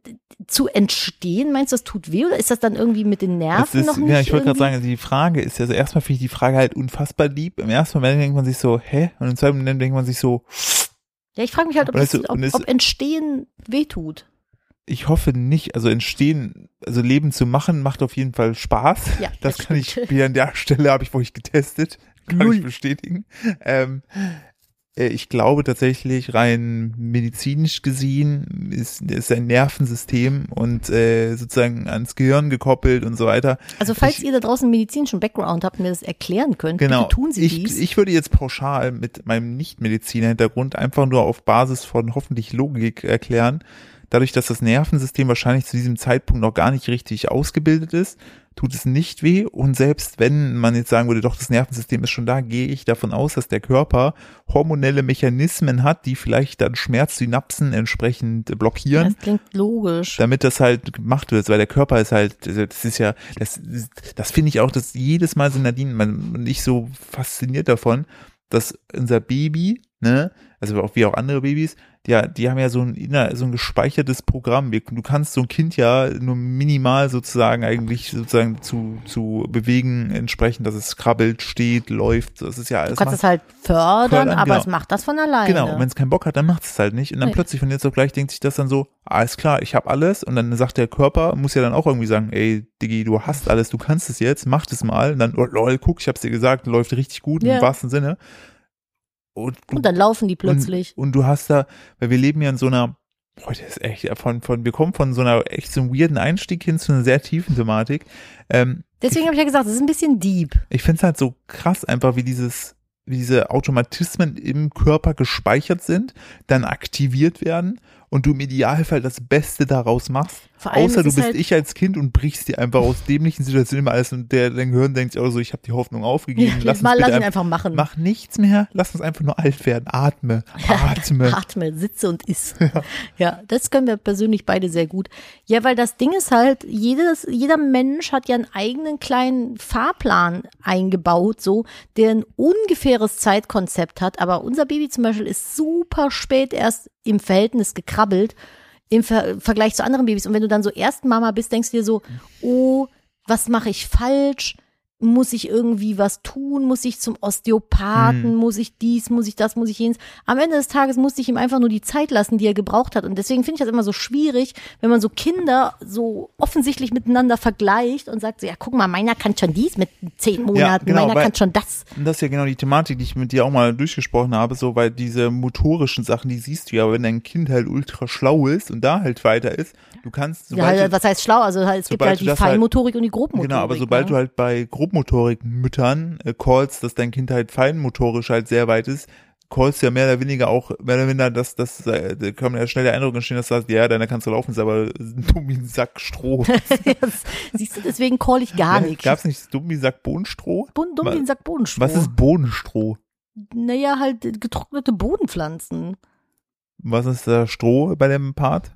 zu entstehen, meinst du, das tut weh oder ist das dann irgendwie mit den
Das
Nerven
ist,
noch nicht?
ja, ich wollte gerade
irgendwie?
sagen, also die Frage ist ja, also erstmal finde ich die Frage halt unfassbar lieb. Im ersten Moment denkt man sich so, hä? Und im zweiten Moment denkt man sich so,
Ja, ich frage mich halt, ob,
Aber
das,
das ist-
ob,
und das-
ob Entstehen wehtut.
ich hoffe nicht, also entstehen, also Leben zu machen, macht auf jeden Fall Spaß.
Ja,
das,
das
kann
stimmt.
ich wieder an der Stelle, habe ich für euch getestet, kann
Null.
ich bestätigen. Ähm, äh, ich glaube tatsächlich rein medizinisch gesehen ist, ist ein Nervensystem und äh, sozusagen ans Gehirn gekoppelt und so weiter.
Also falls
Ich-
ihr da draußen medizinischen Background habt und mir das erklären könnt,
Genau.
bitte tun Sie dies.
ich, ich würde jetzt pauschal mit meinem Nicht-Mediziner-Hintergrund einfach nur auf Basis von hoffentlich Logik erklären. Dadurch, dass das Nervensystem wahrscheinlich zu diesem Zeitpunkt noch gar nicht richtig ausgebildet ist, tut es nicht weh. Und selbst wenn man jetzt sagen würde, doch, das Nervensystem ist schon da, gehe ich davon aus, dass der Körper hormonelle Mechanismen hat, die vielleicht dann Schmerzsynapsen entsprechend blockieren
das klingt logisch.
damit das halt gemacht wird, weil der Körper ist halt, also das ist ja, das, das finde ich auch, dass jedes Mal sind Nadine man, und ich so fasziniert davon, dass unser Baby, ne, also auch wie auch andere Babys, die, die haben ja so ein, inner- so ein gespeichertes Programm. Wir- Du kannst so ein Kind ja nur minimal sozusagen eigentlich sozusagen zu, zu bewegen, entsprechend, dass es krabbelt, steht, läuft. Das ist ja alles.
Du kannst
machbar.
es halt fördern,
Fördern,
aber
genau.
es macht das von alleine.
Genau, und wenn es keinen Bock hat, dann macht es halt nicht. Und dann
Nee.
plötzlich von jetzt auf gleich denkt sich das dann so, alles klar, ich habe alles. Und dann sagt der Körper, muss ja dann auch irgendwie sagen, ey, Diggi, du hast alles, du kannst es jetzt, mach das mal. Und dann, oh, lol, guck, ich hab's dir gesagt, läuft richtig gut
Ja.
im wahrsten Sinne. Und, du-
und dann laufen die plötzlich.
Und, und du hast da, weil wir leben ja in so einer, boah, das ist echt, von, von, wir kommen von so einer echt so einem weirden Einstieg hin zu einer sehr tiefen Thematik. Ähm,
Deswegen habe ich ja gesagt, es ist ein bisschen deep.
ich finde es halt so krass einfach, wie dieses, wie diese Automatismen im Körper gespeichert sind, dann aktiviert werden und du im Idealfall das Beste daraus machst.
Vor allem,
Außer
es
du
ist
bist
halt-
ich als Kind und brichst dir einfach aus dämlichen Situationen immer alles und der dein Gehirn denkt sich auch so, ich habe die Hoffnung
<laughs>
aufgegeben. lass uns
mal lass
bitte
ihn
einfach,
einfach machen.
mach nichts mehr, lass uns einfach nur alt werden. Atme,
<laughs>
atme.
Atme, sitze und iss. Ja. das können wir persönlich beide sehr gut. Ja, weil das Ding ist halt, jedes, jeder Mensch hat ja einen eigenen kleinen Fahrplan eingebaut, so, der ein ungefähres Zeitkonzept hat. Aber unser Baby zum Beispiel ist super spät erst im Verhältnis gekrabbelt im Ver Vergleich zu anderen Babys. Und wenn du dann so erst Mama bist, denkst du dir so, oh, was mache ich falsch? Muss ich irgendwie was tun? Muss ich zum Osteopathen?
Hm.
Muss ich dies? Muss ich das? Muss ich jenes? Am Ende des Tages musste ich ihm einfach nur die Zeit lassen, die er gebraucht hat. Und deswegen finde ich das immer so schwierig, wenn man so Kinder so offensichtlich miteinander vergleicht und sagt so, ja, guck mal, meiner kann schon dies mit zehn Monaten,
genau,
meiner
weil-
kann schon das.
Und das ist ja genau die Thematik, die ich mit dir auch mal durchgesprochen habe, so, weil diese motorischen Sachen, die siehst du ja, aber wenn dein Kind halt ultra schlau ist und da halt weiter ist, du kannst,
Ja,
sobald du-
was heißt schlau? Also halt, es gibt
sobald
halt
du
die
das halt-
Feinmotorik und die Grobmotorik.
Genau, aber sobald
ne? <laughs>
du halt bei Grobmotorik-Müttern äh, callst, dass dein Kind halt feinmotorisch halt sehr weit ist, Calls ja mehr oder weniger auch, mehr oder weniger, dass das, da kann ja schnell der Eindruck entstehen, dass du sagst, ja, deiner kannst du laufen, ist aber dumm wie ein Sack
<laughs>
Stroh.
Jetzt, Siehst du, deswegen call ich gar nicht.
halt- <laughs> Gab's nicht dumm wie ein Sack Bohnenstroh?
Bun- Dumm wie ein Sack Bodenstroh.
Was ist Bohnenstroh?
Naja, halt getrocknete Bodenpflanzen.
Was ist da Stroh bei dem Part?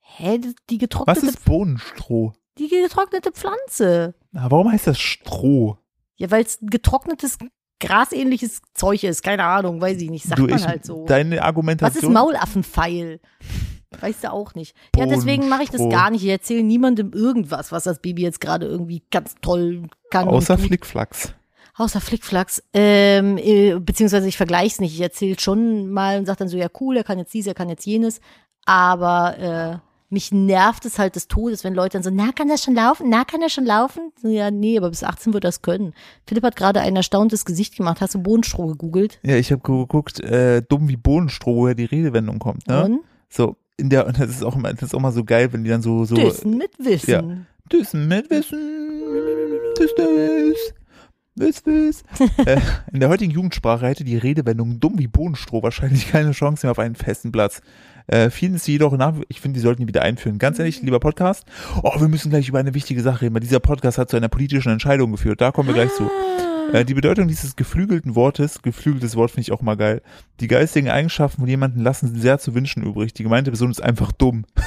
Hä, die- die
Was
getrocknete,
ist Bohnenstroh?
die getrocknete Pflanze.
Na, warum heißt das Stroh?
Ja, weil es getrocknetes, grasähnliches Zeug ist. Keine Ahnung, weiß ich nicht. Sagt
Du,
man
ich-
halt so.
Deine
Was ist
Argumentation.
Maulaffenpfeil? Weißt du auch nicht. Ja, deswegen mache ich das
Bohnenstroh.
gar nicht. Ich erzähle niemandem irgendwas, was das Baby jetzt gerade irgendwie ganz toll kann. und
Außer
tut.
Flickflacks.
Außer Flickflacks. Ähm, äh, beziehungsweise ich vergleiche es nicht. Ich erzähle schon mal und sage dann so, ja cool, er kann jetzt dies, er kann jetzt jenes. Aber äh, mich nervt es halt des Todes, wenn Leute dann so, na, kann das schon laufen? Na, kann er schon laufen? So, ja, nee, aber bis 18 wird das können. Philipp hat gerade ein erstauntes Gesicht gemacht. Hast du Bodenstroh gegoogelt?
Ja, ich habe geguckt, äh, dumm wie Bohnenstroh, woher die Redewendung kommt, ne?
Und?
So, in der, <laughs> und das ist auch immer, das ist auch mal so geil, wenn die dann so, so,
Düssen mit Wissen.
ja. Tüssen mit Wissen, tüss, tüss, wiss,
<laughs>
wiss. äh, in der heutigen Jugendsprache hätte die Redewendung dumm wie Bohnenstroh wahrscheinlich keine Chance mehr auf einen festen Platz. Äh, vielen ist jedoch nach, ich finde, die sollten die wieder einführen. Ganz ehrlich, lieber Podcast, oh, wir müssen gleich über eine wichtige Sache reden, weil dieser Podcast hat zu einer politischen Entscheidung geführt, da kommen wir gleich zu.
Ah.
Äh, die Bedeutung dieses geflügelten Wortes, geflügeltes Wort finde ich auch mal geil. Die geistigen Eigenschaften von jemandem lassen sehr zu wünschen übrig. Die gemeinte Person ist einfach dumm. <laughs>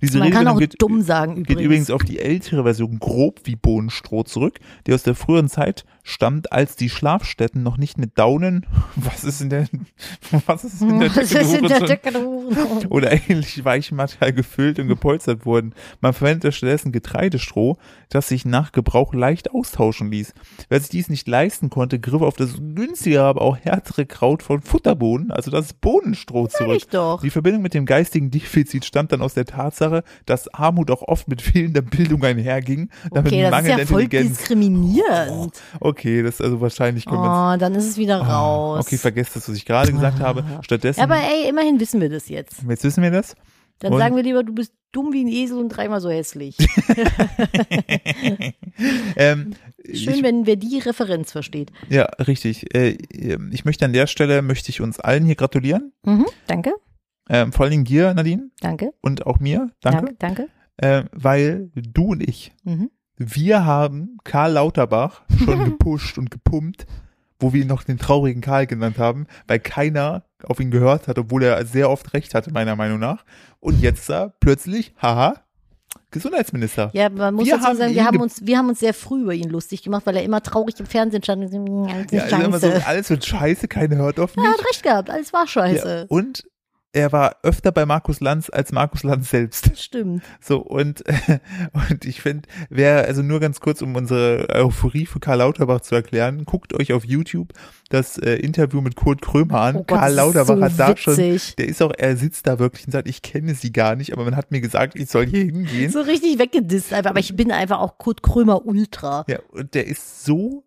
Diese
Man kann
Redewendung
auch
geht-
dumm sagen übrigens.
Geht
<laughs>
übrigens <laughs> auf die ältere Version grob wie Bohnenstroh zurück, die aus der früheren Zeit stammt, als die Schlafstätten noch nicht mit Daunen, <laughs> was ist in der, <laughs> was ist in der,
Was ist in der
Decke
Decke der Hurensohn?
oder ähnlich weichem Material gefüllt und gepolstert wurden. Man verwendete stattdessen Getreidestroh, das sich nach Gebrauch leicht austauschen ließ. Wer sich dies nicht leisten konnte, griff auf das günstigere, aber auch härtere Kraut von Futterbohnen, also das Bohnenstroh
Sag
zurück.
ich doch.
Die Verbindung mit dem geistigen Defizit stammt dann aus der Tatsache, dass Armut auch oft mit fehlender Bildung einherging, damit
Okay, das ist
mangelnder
ja voll
Intelligenz.
diskriminierend.
Okay, das ist also wahrscheinlich können wir Ah,
Oh, dann ist es wieder raus.
Okay, vergesst das, was ich gerade gesagt habe. Stattdessen,
Ja, aber ey, immerhin wissen wir das jetzt.
jetzt wissen wir das.
Dann
Und-
sagen wir lieber, du bist dumm wie ein Esel und dreimal so hässlich.
Ähm, <laughs>
Schön,
ich,
wenn wer die Referenz versteht.
ja, richtig. Äh, ich möchte an der Stelle, möchte ich uns allen hier gratulieren.
Mhm, danke,
Ähm, vor allen Dingen dir, Nadine,
danke,
und auch mir. Danke.
danke,
Äh,
danke.
weil du und ich,
Mhm.
wir haben Karl Lauterbach
<laughs>
schon gepusht und gepumpt, wo wir ihn noch den traurigen Karl genannt haben, weil keiner auf ihn gehört hat, obwohl er sehr oft recht hatte, meiner Meinung nach. Und jetzt da plötzlich, haha, Gesundheitsminister.
Ja, man muss
Wir
dazu
haben
sagen,
ihn
wir haben,
ge-
uns, wir haben uns sehr früh über ihn lustig gemacht, weil er immer traurig im Fernsehen stand und gesagt, "Mm, alles
Ja,
ist
also immer so,
scheiße.
alles wird scheiße, keiner hört auf mich.
er hat recht gehabt, alles war
Ja,
scheiße.
und er war öfter bei Markus Lanz als Markus Lanz selbst.
Stimmt.
So, und, <laughs> und ich finde, wer, also nur ganz kurz, um unsere Euphorie für Karl Lauterbach zu erklären, guckt euch auf YouTube das äh, Interview mit Kurt Krömer an.
Oh Gott,
Karl
das ist
Lauterbach
so
hat da schon,
witzig.
der ist auch, er sitzt da wirklich und sagt, ich kenne sie gar nicht, aber man hat mir gesagt, ich soll hier hingehen.
So richtig weggedisst einfach, aber ich bin einfach auch Kurt Krömer Ultra.
Ja, und der ist so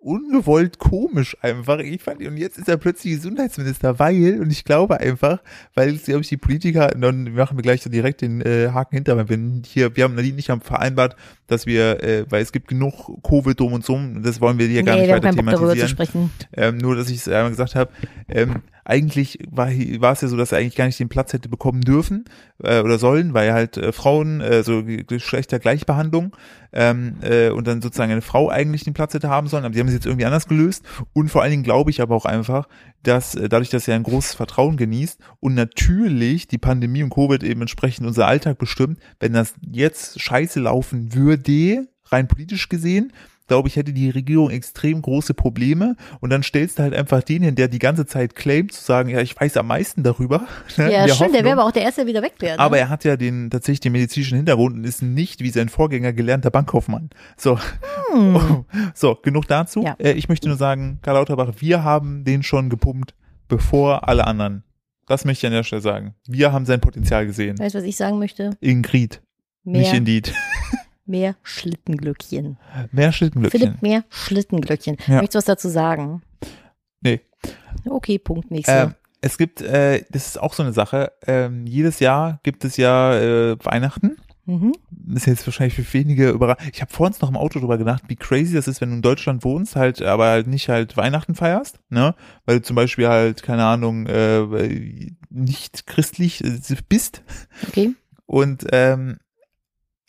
ungewollt komisch einfach. Ich fand, und jetzt ist er plötzlich Gesundheitsminister, weil, und ich glaube einfach, weil, glaube ich, die Politiker, und dann machen wir gleich so direkt den äh, Haken hinter, weil wir hier, wir haben Nadine nicht haben vereinbart, dass wir, äh, weil es gibt genug Covid drum und so, das wollen wir hier gar
nee,
nicht
wir haben
weiter
keinen Bock darüber zu
thematisieren.
sprechen.
Ähm, nur, dass ich es einmal gesagt habe, ähm, eigentlich war, hi- war es ja so, dass er eigentlich gar nicht den Platz hätte bekommen dürfen äh, oder sollen, weil halt äh, Frauen, äh, so ge- geschlechter Gleichbehandlung ähm, äh, und dann sozusagen eine Frau eigentlich den Platz hätte haben sollen, aber die haben es jetzt irgendwie anders gelöst und vor allen Dingen glaube ich aber auch einfach, dass äh, dadurch, dass er ein großes Vertrauen genießt und natürlich die Pandemie und Covid eben entsprechend unser Alltag bestimmt, wenn das jetzt scheiße laufen würde, rein politisch gesehen, glaube ich, hätte die Regierung extrem große Probleme und dann stellst du halt einfach den hin, der die ganze Zeit claimt, zu sagen, ja, ich weiß am meisten darüber. <laughs> ne, in
Ja,
der
stimmt, der
Hoffnung.
wäre aber auch der Erste, der wieder weg wäre. Ne?
Aber er hat ja den tatsächlich den medizinischen Hintergrund und ist nicht wie sein Vorgänger gelernter Bankkaufmann. So,
Hm.
<laughs> so genug dazu.
Ja.
Äh, ich möchte nur sagen, Karl Lauterbach, wir haben den schon gepumpt, bevor alle anderen. Das möchte ich an der Stelle sagen. Wir haben sein Potenzial gesehen.
weißt du, was ich sagen möchte?
Ingrid, nicht
Mehr,
Indeed.
mehr Schlittenglöckchen.
Mehr Schlittenglöckchen.
Philipp, mehr Schlittenglöckchen.
Ja.
Möchtest du was dazu sagen?
Nee.
Okay, Punkt,
Ähm,
nächste.
es gibt, äh, das ist auch so eine Sache, ähm, jedes Jahr gibt es ja äh, Weihnachten
Mhm.
ist jetzt wahrscheinlich für wenige überraschend. Ich habe vorhin noch im Auto drüber gedacht, wie crazy das ist, wenn du in Deutschland wohnst, halt, aber halt nicht halt Weihnachten feierst, ne? Weil du zum Beispiel halt, keine Ahnung, äh, nicht christlich äh, bist.
Okay.
Und ähm,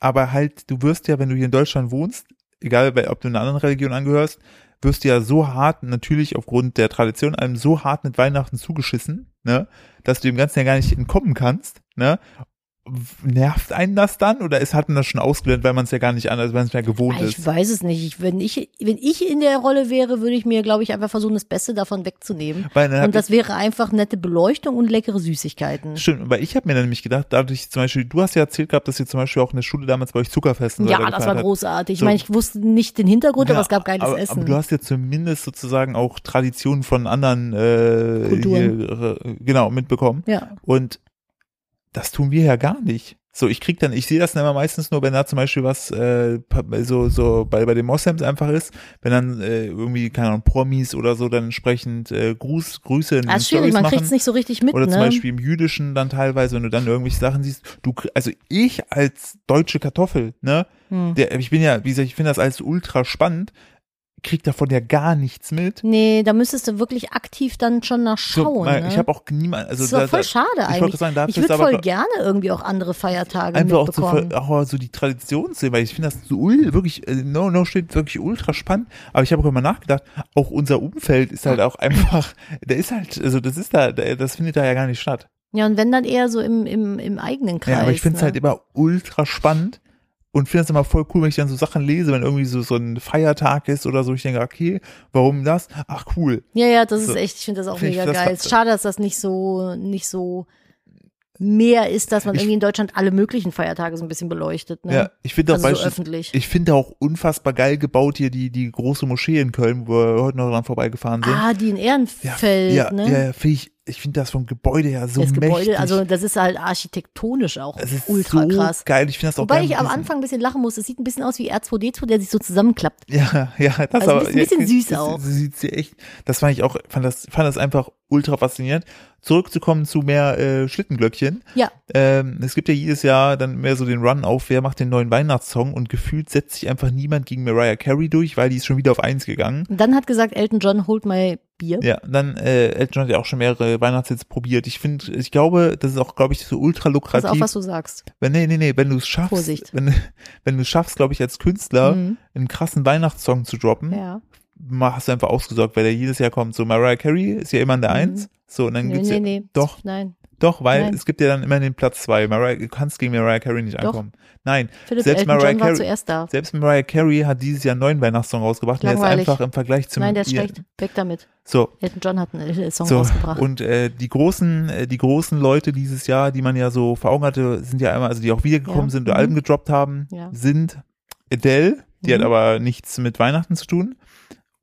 aber halt, du wirst ja, wenn du hier in Deutschland wohnst, egal wel- ob du einer anderen Religion angehörst, wirst du ja so hart, natürlich aufgrund der Tradition, einem so hart mit Weihnachten zugeschissen, ne, dass du dem Ganzen ja gar nicht entkommen kannst, ne? W- Nervt einen das dann oder ist hat man das schon ausgelernt, weil man es ja gar nicht anders, weil man es ja gewohnt
Ah, Ich
ist?
weiß es nicht. Ich, wenn, ich, wenn ich in der Rolle wäre, würde ich mir, glaube ich, einfach versuchen, das Beste davon wegzunehmen.
Weil dann hab
Und das wäre einfach nette Beleuchtung und leckere Süßigkeiten.
Stimmt, weil ich habe mir dann nämlich gedacht, dadurch zum Beispiel, du hast ja erzählt gehabt, dass ihr zum Beispiel auch in der Schule damals bei euch Zuckerfest und so
Ja,
weiter
das
gefeiert
war
habt.
großartig. Ich
So.
meine, ich wusste nicht den Hintergrund, aber
Ja,
es gab geiles
aber,
Essen.
Aber du hast ja zumindest sozusagen auch Traditionen von anderen äh,
Kulturen.
hier, äh, genau mitbekommen.
ja.
Und das tun wir ja gar nicht. So, ich krieg dann, ich sehe das dann immer meistens nur, wenn da zum Beispiel was äh, pa- so so bei bei den Moslems einfach ist, wenn dann äh, irgendwie keine Ahnung Promis oder so dann entsprechend äh, Gruß Grüße in den
Das Ah, ist schwierig,
Storys
man
machen.
kriegt's nicht so richtig mit,
Oder
ne?
zum Beispiel im Jüdischen dann teilweise, wenn du dann irgendwelche Sachen siehst, du, krie- also ich als deutsche Kartoffel, ne,
Hm.
der, ich bin ja, wie gesagt, ich finde das alles ultra spannend, krieg davon ja gar nichts mit.
Nee, da müsstest du wirklich aktiv dann schon nachschauen.
So, mal,
ne?
Ich habe auch niemand, also
das war
da- da-
voll schade
ich wollte
eigentlich.
sagen, da
Ich
ist
würde
aber
voll gerne irgendwie auch andere Feiertage
einfach auch, zu,
mitbekommen.
ver- auch so die Tradition sehen, weil ich finde das so ul- wirklich, äh, no, no steht wirklich ultra spannend, aber ich habe auch immer nachgedacht, auch unser Umfeld ist halt auch einfach, <laughs> der ist halt, also das ist da, der- das findet da ja gar nicht statt.
ja, und wenn dann eher so im, im, im eigenen Kreis.
Ja, aber ich finde es
ne?
halt immer ultra spannend und finde es immer voll cool, wenn ich dann so Sachen lese, wenn irgendwie so, so ein Feiertag ist oder so. Ich denke, okay, warum das? Ach cool.
Ja, ja, das
So.
ist echt, ich finde das auch
Find ich
mega
das-
geil. Es ist Schade, dass das nicht so, nicht so mehr ist, dass man
Ich-
irgendwie in Deutschland alle möglichen Feiertage so ein bisschen beleuchtet. Ne?
Ja, ich finde auch
also so
beispielsweise
öffentlich.
ich finde auch unfassbar geil gebaut hier die, die große Moschee in Köln, wo wir heute noch dran vorbeigefahren sind.
ah, die in
ja,
Ehrenfeld,
ja,
ne?
ja, ja, finde ich, ich finde das vom Gebäude her so
das Gebäude,
mächtig.
also das ist halt architektonisch auch
es ist
ultra
so
krass.
geil. Ich finde das auch
Wobei
geil
ich
mit
am
diesen-
Anfang ein bisschen lachen muss. Es sieht ein bisschen aus wie R2D2, der sich so zusammenklappt.
<laughs> Ja, ja, das
Also
aber
ein bisschen
ja,
süß
das,
auch.
Das, sieht sie echt. Das fand ich auch, fand das, fand das einfach ultra faszinierend. Zurückzukommen zu mehr äh, Schlittenglöckchen.
Ja,
Ähm, es gibt ja jedes Jahr dann mehr so den Run auf, wer macht den neuen Weihnachtssong und gefühlt setzt sich einfach niemand gegen Mariah Carey durch, weil die ist schon wieder auf eins gegangen.
und dann hat gesagt Elton John, hold my Bier.
Ja, dann äh, Elton John hat ja auch schon mehrere Weihnachtshits probiert. Ich finde, ich glaube, das ist auch, glaube ich, so ultra
Pass auf,
lukrativ.
was du sagst.
wenn, nee, nee, nee, wenn du es schaffst,
Vorsicht.
wenn, wenn du es schaffst, glaube ich, als Künstler
Mhm.
einen krassen Weihnachtssong zu droppen,
Ja.
mach- hast du einfach ausgesorgt, weil der jedes Jahr kommt. So Mariah Carey ist ja immer an der
Mhm.
Eins. So, und dann
Nee,
gibt's
nee,
ja,
nee.
Doch.
Nein.
doch, weil
Nein.
es gibt ja dann immer den Platz zwei. Mariah, du kannst gegen Mariah Carey nicht
Doch.
ankommen. Nein,
Philipp
Selbst
Elton
Mariah
John war
Carey-
zuerst da.
selbst Mariah Carey hat dieses Jahr einen neuen Weihnachtssong rausgebracht. und Der ist
Langweilig.
einfach im Vergleich zum
Nein, der ist
ihr-
schlecht. Weg damit.
So,
Elton John hat einen äh, Song
so.
rausgebracht.
Und äh, die großen, äh, die großen Leute dieses Jahr, die man ja so vor Augen hatte, sind ja einmal, also die auch wiedergekommen
Ja.
sind und
Mhm.
Alben gedroppt haben,
Ja.
sind Adele, die
Mhm.
hat aber nichts mit Weihnachten zu tun.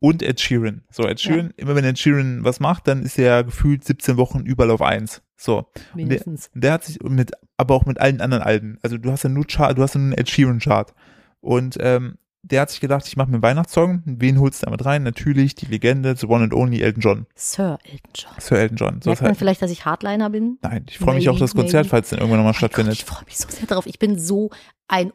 Und Ed Sheeran. So, Ed Sheeran, immer wenn Ed Sheeran was macht, dann ist er gefühlt 17 Wochen überall auf 1. So.
Mindestens.
Und Der hat sich mit, aber auch mit allen anderen Alben. Also du hast ja nur Chart, du hast ja nur einen Ed Sheeran Chart. Und ähm, der hat sich gedacht, ich mache mir einen Weihnachtssong. Wen holst du damit rein? Natürlich die Legende, the one and only Elton John.
Sir Elton John.
Sir Elton John. So
Merkt
ist
man
halt,
vielleicht, dass ich Hardliner bin?
nein, ich freue mich auch auf das
Maybe,
Konzert,
maybe. Oh
falls dann irgendwann nochmal
Mein Gott,
stattfindet.
ich freue mich so sehr darauf. Ich bin so ein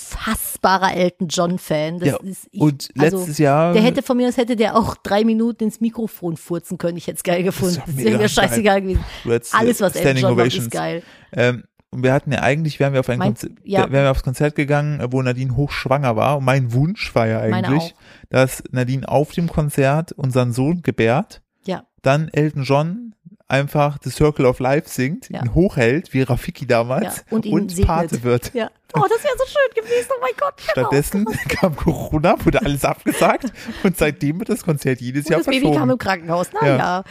unfassbarer Elton John-Fan. Das
Ja,
ist ich,
Und
also,
letztes Jahr.
Der hätte von mir aus hätte der auch drei Minuten ins Mikrofon furzen können. Ich hätte es geil gefunden.
doch
Das
mega
wäre mir scheißegal gewesen.
let's-
Alles, was Elton
Standing
John macht,
Ovations.
ist geil.
Ähm, und wir hatten ja eigentlich, wären wir auf ein
Mein-
Konzert,
ja.
wären wir aufs Konzert gegangen, wo Nadine hochschwanger war. Und mein Wunsch war ja
Meiner
eigentlich, dass Nadine auf dem Konzert unseren Sohn gebärt.
Ja.
Dann Elton John einfach The Circle of Life singt,
Ja.
ihn hochhält, wie Rafiki damals,
Ja, und ihn segnet.
Pate wird.
Ja. Oh, das wäre so schön gewesen. Oh mein Gott. <laughs> genau.
Stattdessen <laughs> kam Corona, wurde alles abgesagt und seitdem wird das Konzert jedes
Und
Jahr
das Baby kam
verschoben.
im Krankenhaus.
Ja.
Naja. Ja.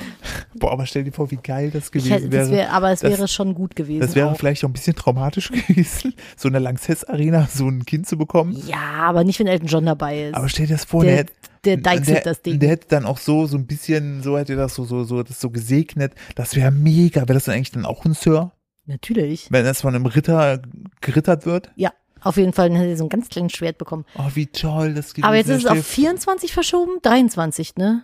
Boah, aber stell dir vor, wie geil das
Ich
gewesen
hätte,
wäre.
das wär, aber es
das-
wäre schon gut gewesen.
das wäre
auch.
vielleicht auch ein bisschen traumatisch <laughs> gewesen, so in der Lanxess-Arena so ein Kind zu bekommen.
Ja, aber nicht, wenn Elton John dabei ist.
Aber stell dir das vor,
Der-
der, hätte-
der deichselt das Ding.
Der hätte dann auch so, so ein bisschen, so hätte das so, so, so, das so gesegnet. Das wäre mega. Wäre das dann eigentlich dann auch ein Sir?
Natürlich.
Wenn das von einem Ritter gerittert wird?
Ja, auf jeden Fall dann hätte er so ein ganz kleines Schwert bekommen.
Oh, wie toll das gewesen
Aber jetzt ist es
wäre.
auf 24 verschoben, 23, ne?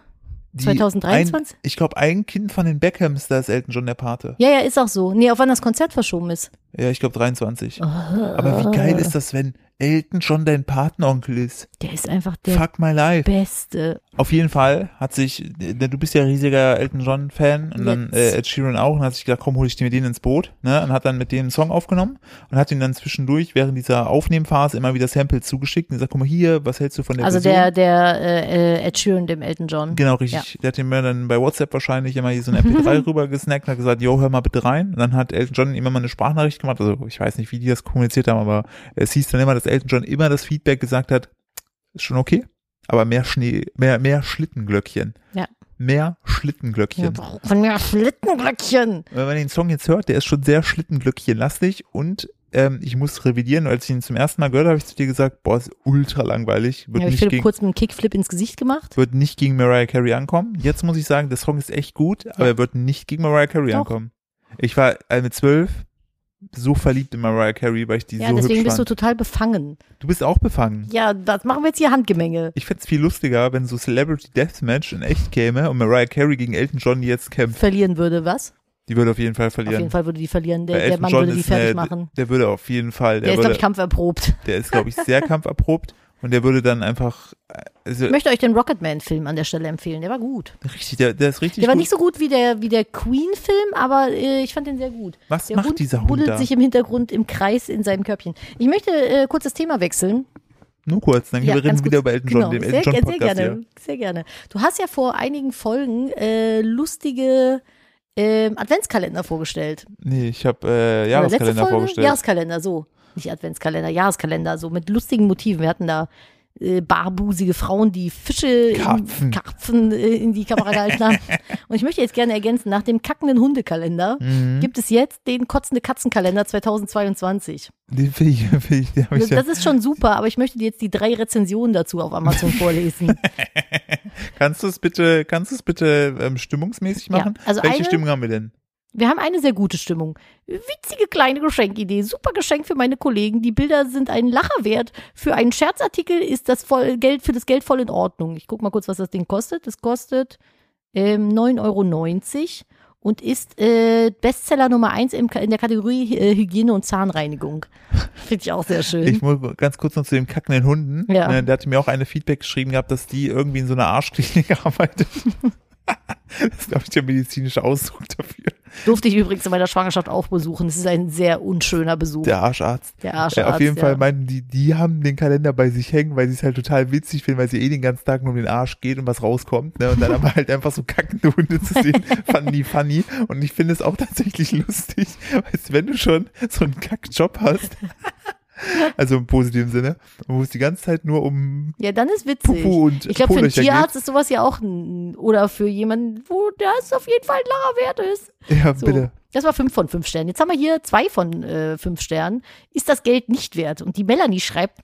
Die
2023?
Ein, ich glaube, ein Kind von den Beckhams, da ist Elton John der Pate.
Ja, ja, ist auch so. Nee, auf wann das Konzert verschoben ist.
Ja, ich glaube 23. Aber wie geil ist das, wenn Elton John dein Patenonkel ist?
Der ist einfach der
Fuck my life.
Beste.
Auf jeden Fall hat sich, denn du bist ja riesiger Elton John Fan und dann äh,
Jetzt.
Ed Sheeran auch und hat sich gedacht, komm, hol ich dir mit denen ins Boot, ne? Und hat dann mit denen einen Song aufgenommen und hat ihn dann zwischendurch während dieser Aufnehmphase immer wieder Samples zugeschickt und gesagt, guck mal hier, was hältst du von der
Also
Version?
der, der äh, äh, Ed Sheeran, dem Elton John.
Genau, richtig. Der hat den mir dann bei WhatsApp wahrscheinlich immer hier so ein MP3 rüber gesnackt und hat gesagt, yo, hör mal bitte rein. Und dann hat Elton John immer mal eine Sprachnachricht gemacht. Also ich weiß nicht, wie die das kommuniziert haben, aber es hieß dann immer, dass Elton John immer das Feedback gesagt hat, ist schon okay, aber mehr Schnee, mehr, mehr Schlittenglöckchen.
Ja.
Mehr
Wir
Schlittenglöckchen.
brauchen mehr Schlittenglöckchen.
Wenn man den Song jetzt hört, der ist schon sehr Schlittenglöckchenlastig und ähm, ich muss revidieren, als ich ihn zum ersten Mal gehört habe, habe ich zu dir gesagt, boah, ist ultra langweilig, wird
Habe ich
nicht
Philipp
gegen
kurz mit einem Kickflip ins Gesicht gemacht?
wird nicht gegen Mariah Carey ankommen. Jetzt muss ich sagen, der Song ist echt gut, aber er wird nicht gegen Mariah Carey
Doch.
ankommen. Ich war äh, mit zwölf so verliebt in Mariah Carey, weil ich die
Ja,
so
deswegen
hübsch
bist du
fand.
total befangen.
Du bist auch befangen.
Ja, das machen wir jetzt hier Handgemenge.
Ich fänd's viel lustiger, wenn so Celebrity Deathmatch in echt käme und Mariah Carey gegen Elton John jetzt kämpft.
Verlieren würde, was?
Die würde auf jeden Fall
Auf
verlieren.
jeden Fall würde die verlieren.
Weil
Der, der
Elton
Mann
John
würde die
ist
fertig
eine-
machen.
Der würde auf jeden Fall,
Der
der,
ist, glaube
würde,
ich, kampferprobt.
der ist, glaube ich, sehr kampferprobt und der würde dann einfach, äh, also,
Ich möchte euch den Rocketman-Film an der Stelle empfehlen. Der war gut.
richtig, der, der ist richtig
Der war
gut.
nicht so gut wie der, wie der Queen-Film, aber äh, ich fand den sehr gut.
Was
der
macht
Hund
dieser Hund
buddelt
da?
sich im Hintergrund im Kreis in seinem Körbchen. Ich möchte äh, kurz das Thema wechseln.
Nur kurz, dann reden
ganz
wir wieder
kurz.
über Elton John,
Genau,
dem Elton
sehr,
John
sehr
Podcast
gerne,
hier.
sehr gerne. Du hast ja vor einigen Folgen äh, lustige ähm, Adventskalender vorgestellt.
Nee, ich habe äh,
Oder letzte
Jahreskalender
Folge?
vorgestellt. <laughs>
Jahreskalender, so. Nicht Adventskalender, Jahreskalender, so mit lustigen Motiven. Wir hatten da äh, barbusige Frauen, die Fische,
Karpfen.
In, Karpfen äh, in die Kamera gehalten
<laughs>
haben. Und ich möchte jetzt gerne ergänzen, nach dem kackenden Hundekalender
Mhm.
gibt es jetzt den kotzende Katzenkalender 2022.
Den finde ich, find ich, den hab ich
Das,
ja.
das ist schon super, aber ich möchte dir jetzt die drei Rezensionen dazu auf Amazon vorlesen.
Kannst du es bitte, kannst du es bitte ähm, stimmungsmäßig
Ja,
machen?
also
Welche
eine-
Stimmung haben wir denn?
Wir haben eine sehr gute Stimmung. Witzige kleine Geschenkidee. Super Geschenk für meine Kollegen. Die Bilder sind ein Lacher wert. Für einen Scherzartikel ist das voll Geld für das Geld voll in Ordnung. Ich guck mal kurz, was das Ding kostet. Das kostet ähm, 9,90 Euro und ist äh, Bestseller Nummer 1 im, Ka- in der Kategorie äh, Hygiene und Zahnreinigung. Finde ich auch sehr schön.
Ich muss ganz kurz noch zu dem kackenden Hunden.
Ja.
Ne, der hatte mir auch eine Feedback geschrieben gehabt, dass die irgendwie in so einer Arschklinik <laughs> arbeitet. das ist, glaube ich, der medizinische Ausdruck dafür.
Durfte ich übrigens in meiner Schwangerschaft auch besuchen. Es ist ein sehr unschöner Besuch.
Der Arscharzt.
Der
Ja,
Arscharzt.
auf jeden
ja.
Fall meinten die, die haben den Kalender bei sich hängen, weil sie es halt total witzig finden, weil sie eh den ganzen Tag nur um den Arsch geht und was rauskommt. Ne? Und dann aber halt einfach so kackende Hunde zu
<laughs>
sehen, fanden die funny. Und ich finde es auch tatsächlich lustig, weißt, du, wenn du schon so einen Kackjob hast, also im positiven Sinne, und wo es die ganze Zeit nur um
Ja, dann ist witzig.
Pupu und
Ich glaube, für einen
Polöcher
Tierarzt ist sowas ja auch ein, oder für jemanden, wo das auf jeden Fall ein Lacher wert ist.
geht. Ja,
So.
bitte.
Das war fünf von fünf Sternen. Jetzt haben wir hier zwei von äh, fünf Sternen. Ist das Geld nicht wert? Und die Melanie schreibt,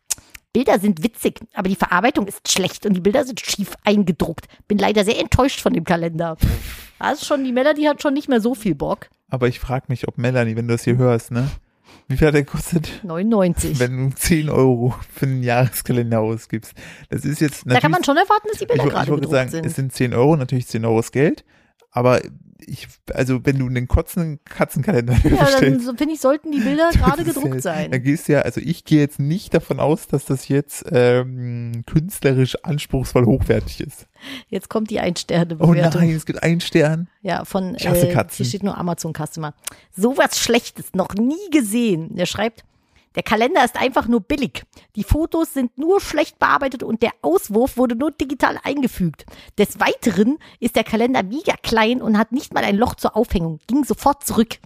Bilder sind witzig, aber die Verarbeitung ist schlecht und die Bilder sind schief eingedruckt. Bin leider sehr enttäuscht von dem Kalender. Also schon, die Melanie hat schon nicht mehr so viel Bock.
Aber ich frage mich, ob Melanie, wenn du das hier hörst, ne? Wie viel hat der gekostet?
99.
Wenn du 10 Euro für einen Jahreskalender ausgibst. Das ist jetzt natürlich
Da kann man schon erwarten, dass die Bilder
ich, woll- ich
gerade
wollte
gedruckt
sagen,
sind.
es <laughs> sind 10 Euro, natürlich 10 Euro ist Geld, aber ich, also wenn du einen kotzenden Katzenkalender
ja, dann
bestellst,
so- finde ich, sollten die Bilder
<laughs> das
gerade
ist ja,
gedruckt sein.
Dann gehst du ja, also ich gehe jetzt nicht davon aus, dass das jetzt ähm, künstlerisch anspruchsvoll hochwertig ist.
Jetzt kommt die
Oh
Ein-Sterne-Bewertung.
nein, es gibt einen Stern.
Ja, von
Ich hasse
äh,
Katzen.
hier steht nur Amazon Customer. Sowas Schlechtes noch nie gesehen. Der schreibt, der Kalender ist einfach nur billig. Die Fotos sind nur schlecht bearbeitet und der Auswurf wurde nur digital eingefügt. Des Weiteren ist der Kalender mega klein und hat nicht mal ein Loch zur Aufhängung. Ging sofort zurück.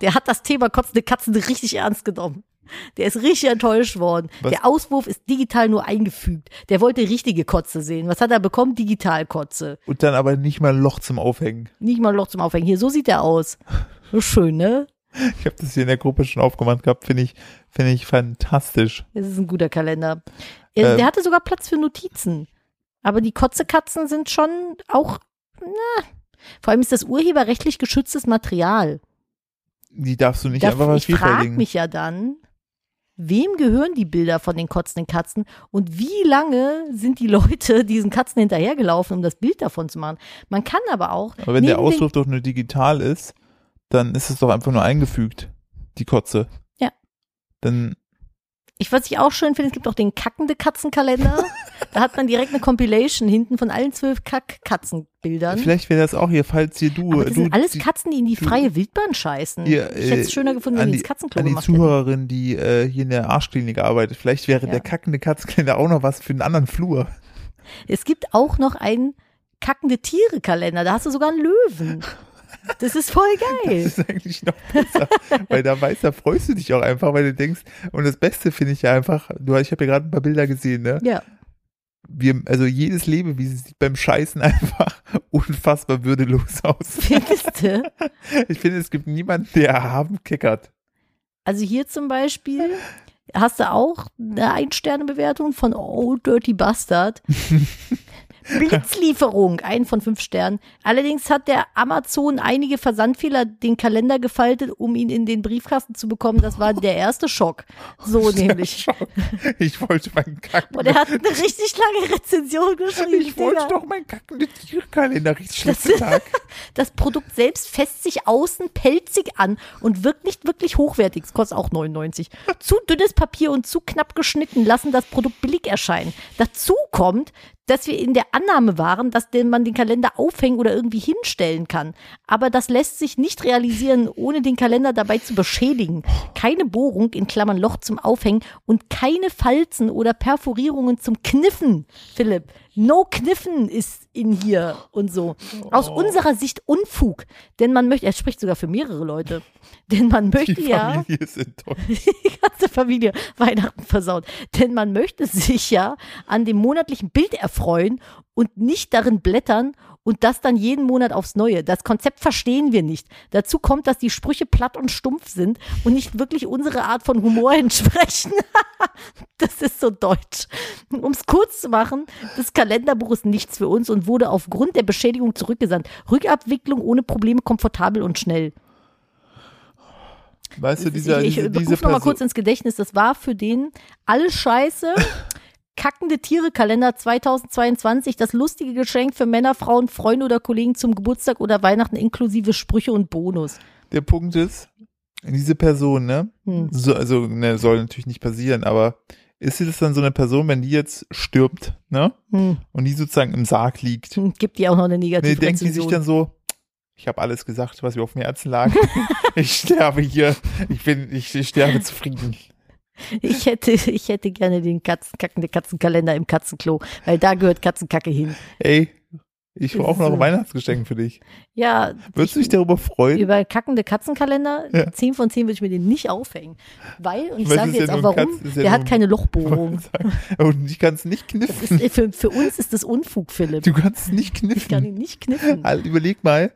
Der hat das Thema kotzende Katzen richtig ernst genommen. Der ist richtig enttäuscht worden.
Was-
Der Auswurf ist digital nur eingefügt. Der wollte richtige Kotze sehen. Was hat er bekommen? Digital Kotze.
Und dann aber nicht mal ein Loch zum Aufhängen. <laughs>
Nicht mal ein Loch zum Aufhängen. Hier, so sieht er aus. So schön, ne?
Ich habe das hier in der Gruppe schon aufgemacht gehabt, finde ich, finde ich fantastisch.
Das ist ein guter Kalender. Äh,
Ähm.
Der hatte sogar Platz für Notizen. Aber die Kotzekatzen sind schon auch, na, vor allem ist das urheberrechtlich geschütztes Material.
Die darfst du nicht
Da-
einfach mal
ich frage
vielfältigen.
mich ja dann, wem gehören die Bilder von den kotzenden Katzen und wie lange sind die Leute diesen Katzen hinterhergelaufen, um das Bild davon zu machen. Man kann aber auch.
Aber wenn der
neben den-
Ausruf doch nur digital ist, dann ist es doch einfach nur eingefügt, die Kotze.
Ja.
Dann,
Ich, was ich auch schön finde, es gibt auch den
<laughs>
kackende Katzenkalender. da hat man direkt eine Compilation hinten von allen zwölf Kack-Katzenbildern.
vielleicht wäre das auch hier, falls hier du,
Aber das
du
sind alles
die-
Katzen, die in die
du-
freie Wildbahn scheißen.
Ihr,
ich hätte
äh,
es schöner gefunden, wenn
an
die ins
die-
Katzenklo
an die
gemacht hätten.
Zuhörerin, die äh, hier in der Arschklinik arbeitet, vielleicht wäre
Ja.
der kackende Katzkalender auch noch was für einen anderen Flur.
Es gibt auch noch einen kackende Tiere-Kalender. Da hast du sogar einen
<laughs>
Löwen. Das ist voll geil.
Das ist eigentlich noch besser, weil da weißt, da freust du dich auch einfach, weil du denkst, und das Beste finde ich ja einfach, du, ich habe ja gerade ein paar Bilder gesehen, ne?
ja.
Wir, also jedes Lebewesen sieht beim Scheißen <laughs> einfach unfassbar würdelos aus.
Findest du?
Ich finde, es gibt niemanden, der erhaben
<laughs>
kickert.
Also hier zum Beispiel hast du auch eine Ein-Sterne-Bewertung von Oh
<laughs>
Dirty Bastard. Blitzlieferung, ein von fünf Sternen. Allerdings hat der Amazon einige Versandfehler den Kalender gefaltet, um ihn in den Briefkasten zu bekommen. Das war der erste Schock.
<laughs>
So nämlich.
Ich wollte meinen
Und er
kackenden,
hat eine richtig lange Rezension geschrieben.
ich wollte
Digga.
doch meinen kackenden Tierkalender richtig
Das-
schlechten Tag.
Das Produkt selbst fässt sich außen pelzig an und wirkt nicht wirklich hochwertig. Es kostet auch 99. Zu dünnes Papier und zu knapp geschnitten lassen das Produkt billig erscheinen. Dazu kommt, dass wir in der Annahme waren, dass den- man den Kalender aufhängen oder irgendwie hinstellen kann. Aber das lässt sich nicht realisieren, ohne den Kalender dabei zu beschädigen. Keine Bohrung, in Klammern Loch zum Aufhängen und keine Falzen oder Perforierungen zum Kniffen, Philipp. No Kniffen ist in hier und so. Aus
Oh.
unserer Sicht Unfug, denn man möchte, er spricht sogar für mehrere Leute, <laughs> denn man
Die
<laughs> möchte ja
Familie ist enttäuscht.
die ganze Familie Weihnachten versaut, denn man möchte sich ja an dem monatlichen Bild erfreuen und nicht darin blättern und das dann jeden Monat aufs Neue. Das Konzept verstehen wir nicht. Dazu kommt, dass die Sprüche platt und stumpf sind und nicht wirklich unsere Art von Humor <laughs> entsprechen. Das ist so deutsch. Um es kurz zu machen, das Kalenderbuch ist nichts für uns und wurde aufgrund der Beschädigung zurückgesandt. Rückabwicklung ohne Probleme komfortabel und schnell.
Weißt du, dieser,
ich ich
diese,
ruf
diese
noch mal
Person-
kurz ins Gedächtnis, das war für den alles Scheiße. Kackende Tiere-Kalender 2022, das lustige Geschenk für Männer, Frauen, Freunde oder Kollegen zum Geburtstag oder Weihnachten inklusive Sprüche und Bonus.
der Punkt ist, diese Person, ne?
Hm.
So, also, ne, soll natürlich nicht passieren, aber ist sie das dann so eine Person, wenn die jetzt stirbt, ne?
Hm.
Und die sozusagen im Sarg liegt?
Hm. Gibt die auch noch eine
Nee,
negative
denkt die sich dann so, ich habe alles gesagt, was mir auf dem Herzen
<laughs>
lag. ich sterbe hier. Ich bin, ich, ich sterbe zufrieden.
Ich hätte, ich hätte gerne den Katzen, kackende Katzenkalender im Katzenklo, weil da gehört Katzenkacke hin.
Ey, ich brauche noch
So.
ein Weihnachtsgeschenk für dich.
Ja,
Würdest du dich darüber freuen? <laughs>
über kackende Katzenkalender,
Ja.
10 von 10 würde ich mir den nicht aufhängen. Weil, und ich
Weil es
sage
ist
jetzt
ja
auch
nur ein
warum,
Katz- ist ja nur
der hat
ein- <laughs>
keine <laughs> Lochbohrung.
Und oh, ich kann es nicht
Das
kniffen.
ist, äh, für, für uns ist das Unfug, Philipp.
Du kannst es nicht
ich kann
kniffen.
ihn nicht kniffen.
Al- Überleg mal,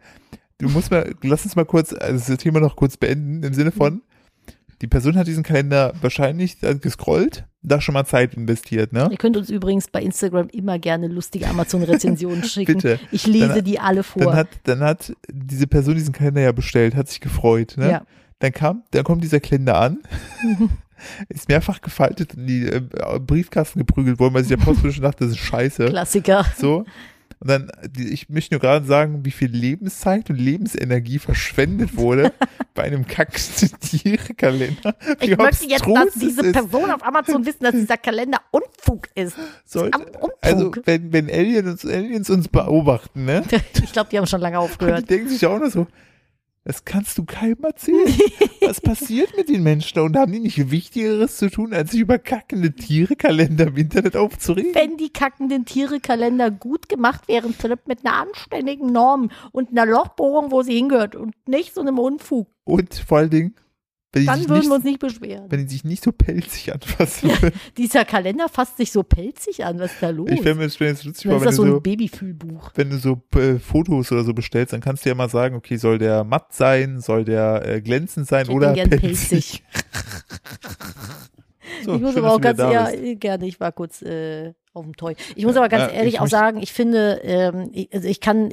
du musst mal, lass uns mal kurz, also das Thema noch kurz beenden, im Sinne
Mhm.
von, die Person hat diesen Kalender wahrscheinlich äh, gescrollt, da schon mal Zeit investiert, ne?
Ihr könnt uns übrigens bei Instagram immer gerne lustige
<laughs>
Amazon-Rezensionen schicken.
Bitte.
Ich lese
Dann-
die alle vor.
Dann hat, dann hat diese Person diesen Kalender ja bestellt, hat sich gefreut, ne?
Ja.
Dann kam, dann kommt dieser Kalender
<laughs>
an, ist mehrfach gefaltet in die äh, Briefkasten geprügelt worden, weil sich der Postbote schon dachte, das ist scheiße. <laughs>
Klassiker.
So. Und dann, die- ich möchte nur gerade sagen, wie viel Lebenszeit und Lebensenergie verschwendet wurde
<laughs>
bei einem kackenden <laughs> Tierekalender. Wie
Ich möchte jetzt,
abstrus
dass
es
diese
ist.
Person auf Amazon wissen, dass dieser Kalender Unfug ist.
Sollte-
am Unfug.
Also, wenn, wenn Aliens uns, Aliens uns beobachten, ne?
<laughs> Ich glaube, die haben schon lange
Und die
aufgehört.
denken sich auch noch so, das kannst du keinem
<laughs>
erzählen. Was passiert mit den Menschen da? Und haben die nicht Wichtigeres zu tun, als sich über kackende Tierekalender im Internet aufzuregen?
Wenn die kackenden Tierekalender gut gemacht wären, Philipp, mit einer anständigen Norm und einer Lochbohrung, wo sie hingehört und nicht so einem Unfug,
Und vor allen Dingen, wenn die,
dann
sich
würden
nicht,
wir uns nicht beschweren.
wenn die sich nicht so pelzig anfassen würden.
Dieser Kalender fasst sich so pelzig an. Was ist da los?
Ich fände mir das jetzt witzig, vor,
Dann ist
wenn du
das so ein
so,
Babyfühlbuch.
wenn du so äh, Fotos oder so bestellst, dann kannst du ja mal sagen, okay, soll der matt sein, soll der äh, glänzend sein
Ich hätte
oder
ihn gern
pelzig. <laughs> So,
ich muss
schön,
aber auch
dass
ganz
du wieder da bist.
eher, gerne, ich war kurz äh, auf dem Toy. Ich muss aber ganz
Äh,
ehrlich
ich
auch
möchte-
sagen, ich finde, ähm, ich, also ich kann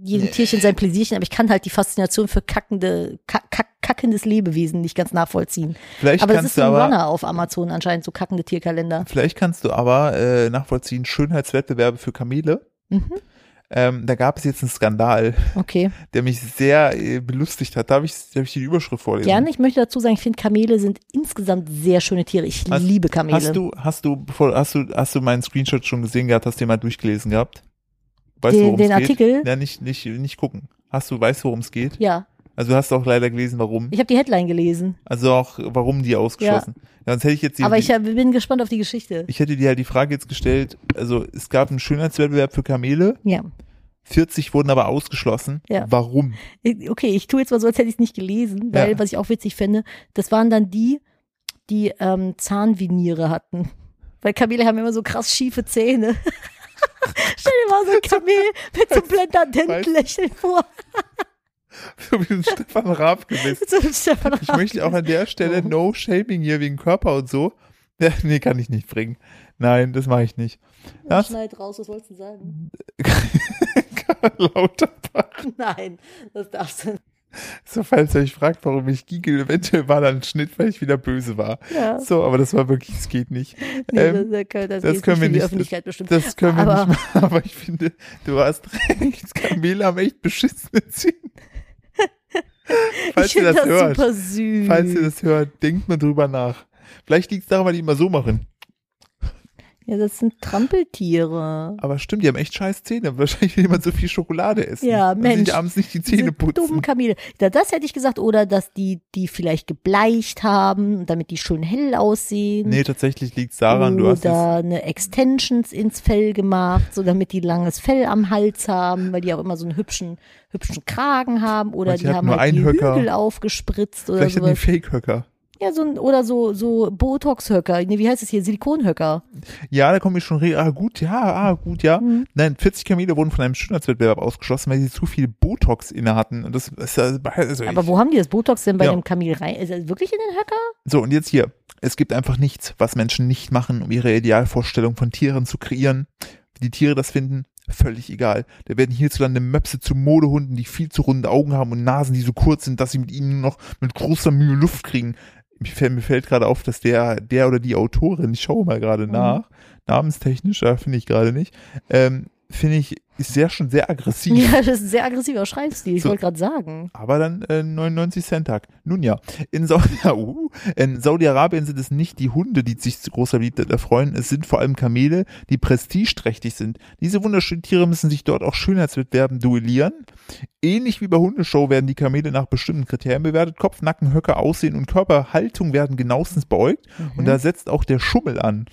jedem
Nee.
Tierchen sein Pläsierchen, aber ich kann halt die Faszination für kackende, kack, kack, kack, kackendes Lebewesen nicht ganz nachvollziehen.
Vielleicht
aber es
kannst
ist
du
so ein
aber-
Runner auf Amazon anscheinend, so kackende Tierkalender.
Vielleicht kannst du aber äh, nachvollziehen, Schönheitswettbewerbe für Kamele.
Mhm.
Ähm, da gab es jetzt einen Skandal, <laughs>
Okay,
der mich sehr äh, belustigt hat. Darf ich, darf ich die Überschrift vorlesen?
gerne. Ich möchte dazu sagen, ich finde Kamele sind insgesamt sehr schöne Tiere. Ich
Hast-
liebe Kamele.
Hast du, hast du, bevor, hast du, hast du meinen Screenshot schon gesehen gehabt, hast du den mal durchgelesen gehabt? Weißt
Den-
du, worum
den
es geht?
Artikel?
Ja, nicht, nicht, nicht gucken. Hast du, weißt du, worum es geht?
ja,
Also du hast auch leider gelesen, warum.
ich habe die Headline gelesen,
Also auch, warum die ausgeschlossen. Ja. Sonst hätte ich jetzt die,
aber ich hab, bin gespannt auf die Geschichte.
ich hätte dir halt die Frage jetzt gestellt, also es gab einen Schönheitswettbewerb für Kamele,
Ja,
40 wurden aber ausgeschlossen.
Ja.
Warum? <laughs>
Ich- okay, ich tue jetzt mal so, als hätte ich es nicht gelesen, weil
Ja.
was ich auch witzig finde, das waren dann die, die ähm, Zahnviniere hatten. Weil Kamele haben immer so krass schiefe Zähne. <laughs> Stell dir mal so ein Kamel mit so einem Blenderdentenlächeln vor. <laughs>
So wie ein Stefan Raab gewesen.
Mit so einem Stefan
Ich
<laughs>
möchte auch an der Stelle No Shaming hier wegen Körper und so. Ja, Nee, kann ich nicht bringen. Nein, das mache ich nicht.
Raab.
Das
Schneid raus, was sollst du sagen? <laughs>
<laughs> Lauterbach.
Nein, das darfst du nicht.
So, falls ihr euch fragt, warum ich Giegel, eventuell war da ein Schnitt, weil ich wieder böse war.
Ja.
So, aber das war wirklich, es geht nicht.
Nee,
Ähm,
das, das, das,
das
geht
können wir
nicht für die
nicht.
Öffentlichkeit bestimmt.
das können wir
aber-
nicht machen, <laughs> aber ich finde, du hast recht. Kamele haben echt beschissene Zähne. <laughs> Falls
ich
ihr das,
finde das,
hört,
super süß.
falls ihr das hört, denkt mal drüber nach. Vielleicht liegt es daran, weil die immer so machen.
ja, das sind Trampeltiere.
Aber stimmt, die haben echt scheiß Zähne. <laughs> Wahrscheinlich will jemand so viel Schokolade essen.
Ja,
dass
Mensch.
Ich abends nicht die
Diese
Zähne putzen.
Dummen Kamele. Da, das hätte ich gesagt. Oder dass die, die vielleicht gebleicht haben, damit die schön hell aussehen.
Nee, tatsächlich liegt es daran, du hast es.
Oder eine Extensions ins Fell gemacht, so damit die langes Fell am Hals haben, weil die auch immer so einen hübschen, hübschen Kragen haben. Oder
Manche
die
hatten
haben
nur
halt die
einen Höcker.
Hügel aufgespritzt oder
Vielleicht sind die
sowas.
Fake-Höcker.
Ja, so ein, oder so, so Botox-Höcker. Nee, wie heißt es hier? Silikonhöcker.
Ja, da komme ich schon re Ah, gut, ja, ah, gut, ja.
Mhm.
Nein, 40 Kamele wurden von einem Schönheitswettbewerb ausgeschlossen, weil sie zu viel Botox inne hatten. Und das ist also, also
Aber wo haben die das Botox denn bei
Ja.
dem Kamel rein? Ist das wirklich in den Höcker?
So, und jetzt hier. Es gibt einfach nichts, was Menschen nicht machen, um ihre Idealvorstellung von Tieren zu kreieren. Wie die Tiere das finden, völlig egal. Da werden hierzulande Möpse zu Modehunden, die viel zu runde Augen haben und Nasen, die so kurz sind, dass sie mit ihnen nur noch mit großer Mühe Luft kriegen. Mir fällt, mir fällt gerade auf, dass der, der oder die Autorin, ich schaue mal gerade nach, namenstechnisch, da finde ich gerade nicht, ähm, finde ich, ist sehr schon sehr aggressiv.
Ja, <laughs> das ist ein sehr aggressiver Schreibstil. Ich
So.
wollte gerade sagen.
Aber dann äh, 99 Cent Tag. Nun <laughs> ja, in, Saudi uh, in Saudi-Arabien sind es nicht die Hunde, die sich zu großer Beliebtheit erfreuen. Es sind vor allem Kamele, die prestigeträchtig sind. Diese wunderschönen Tiere müssen sich dort auch Schönheitswettbewerben duellieren. Ähnlich wie bei Hundeshow werden die Kamele nach bestimmten Kriterien bewertet. Kopf, Nacken, Höcker, Aussehen und Körperhaltung werden genauestens beäugt.
Mhm.
Und da setzt auch der Schummel an.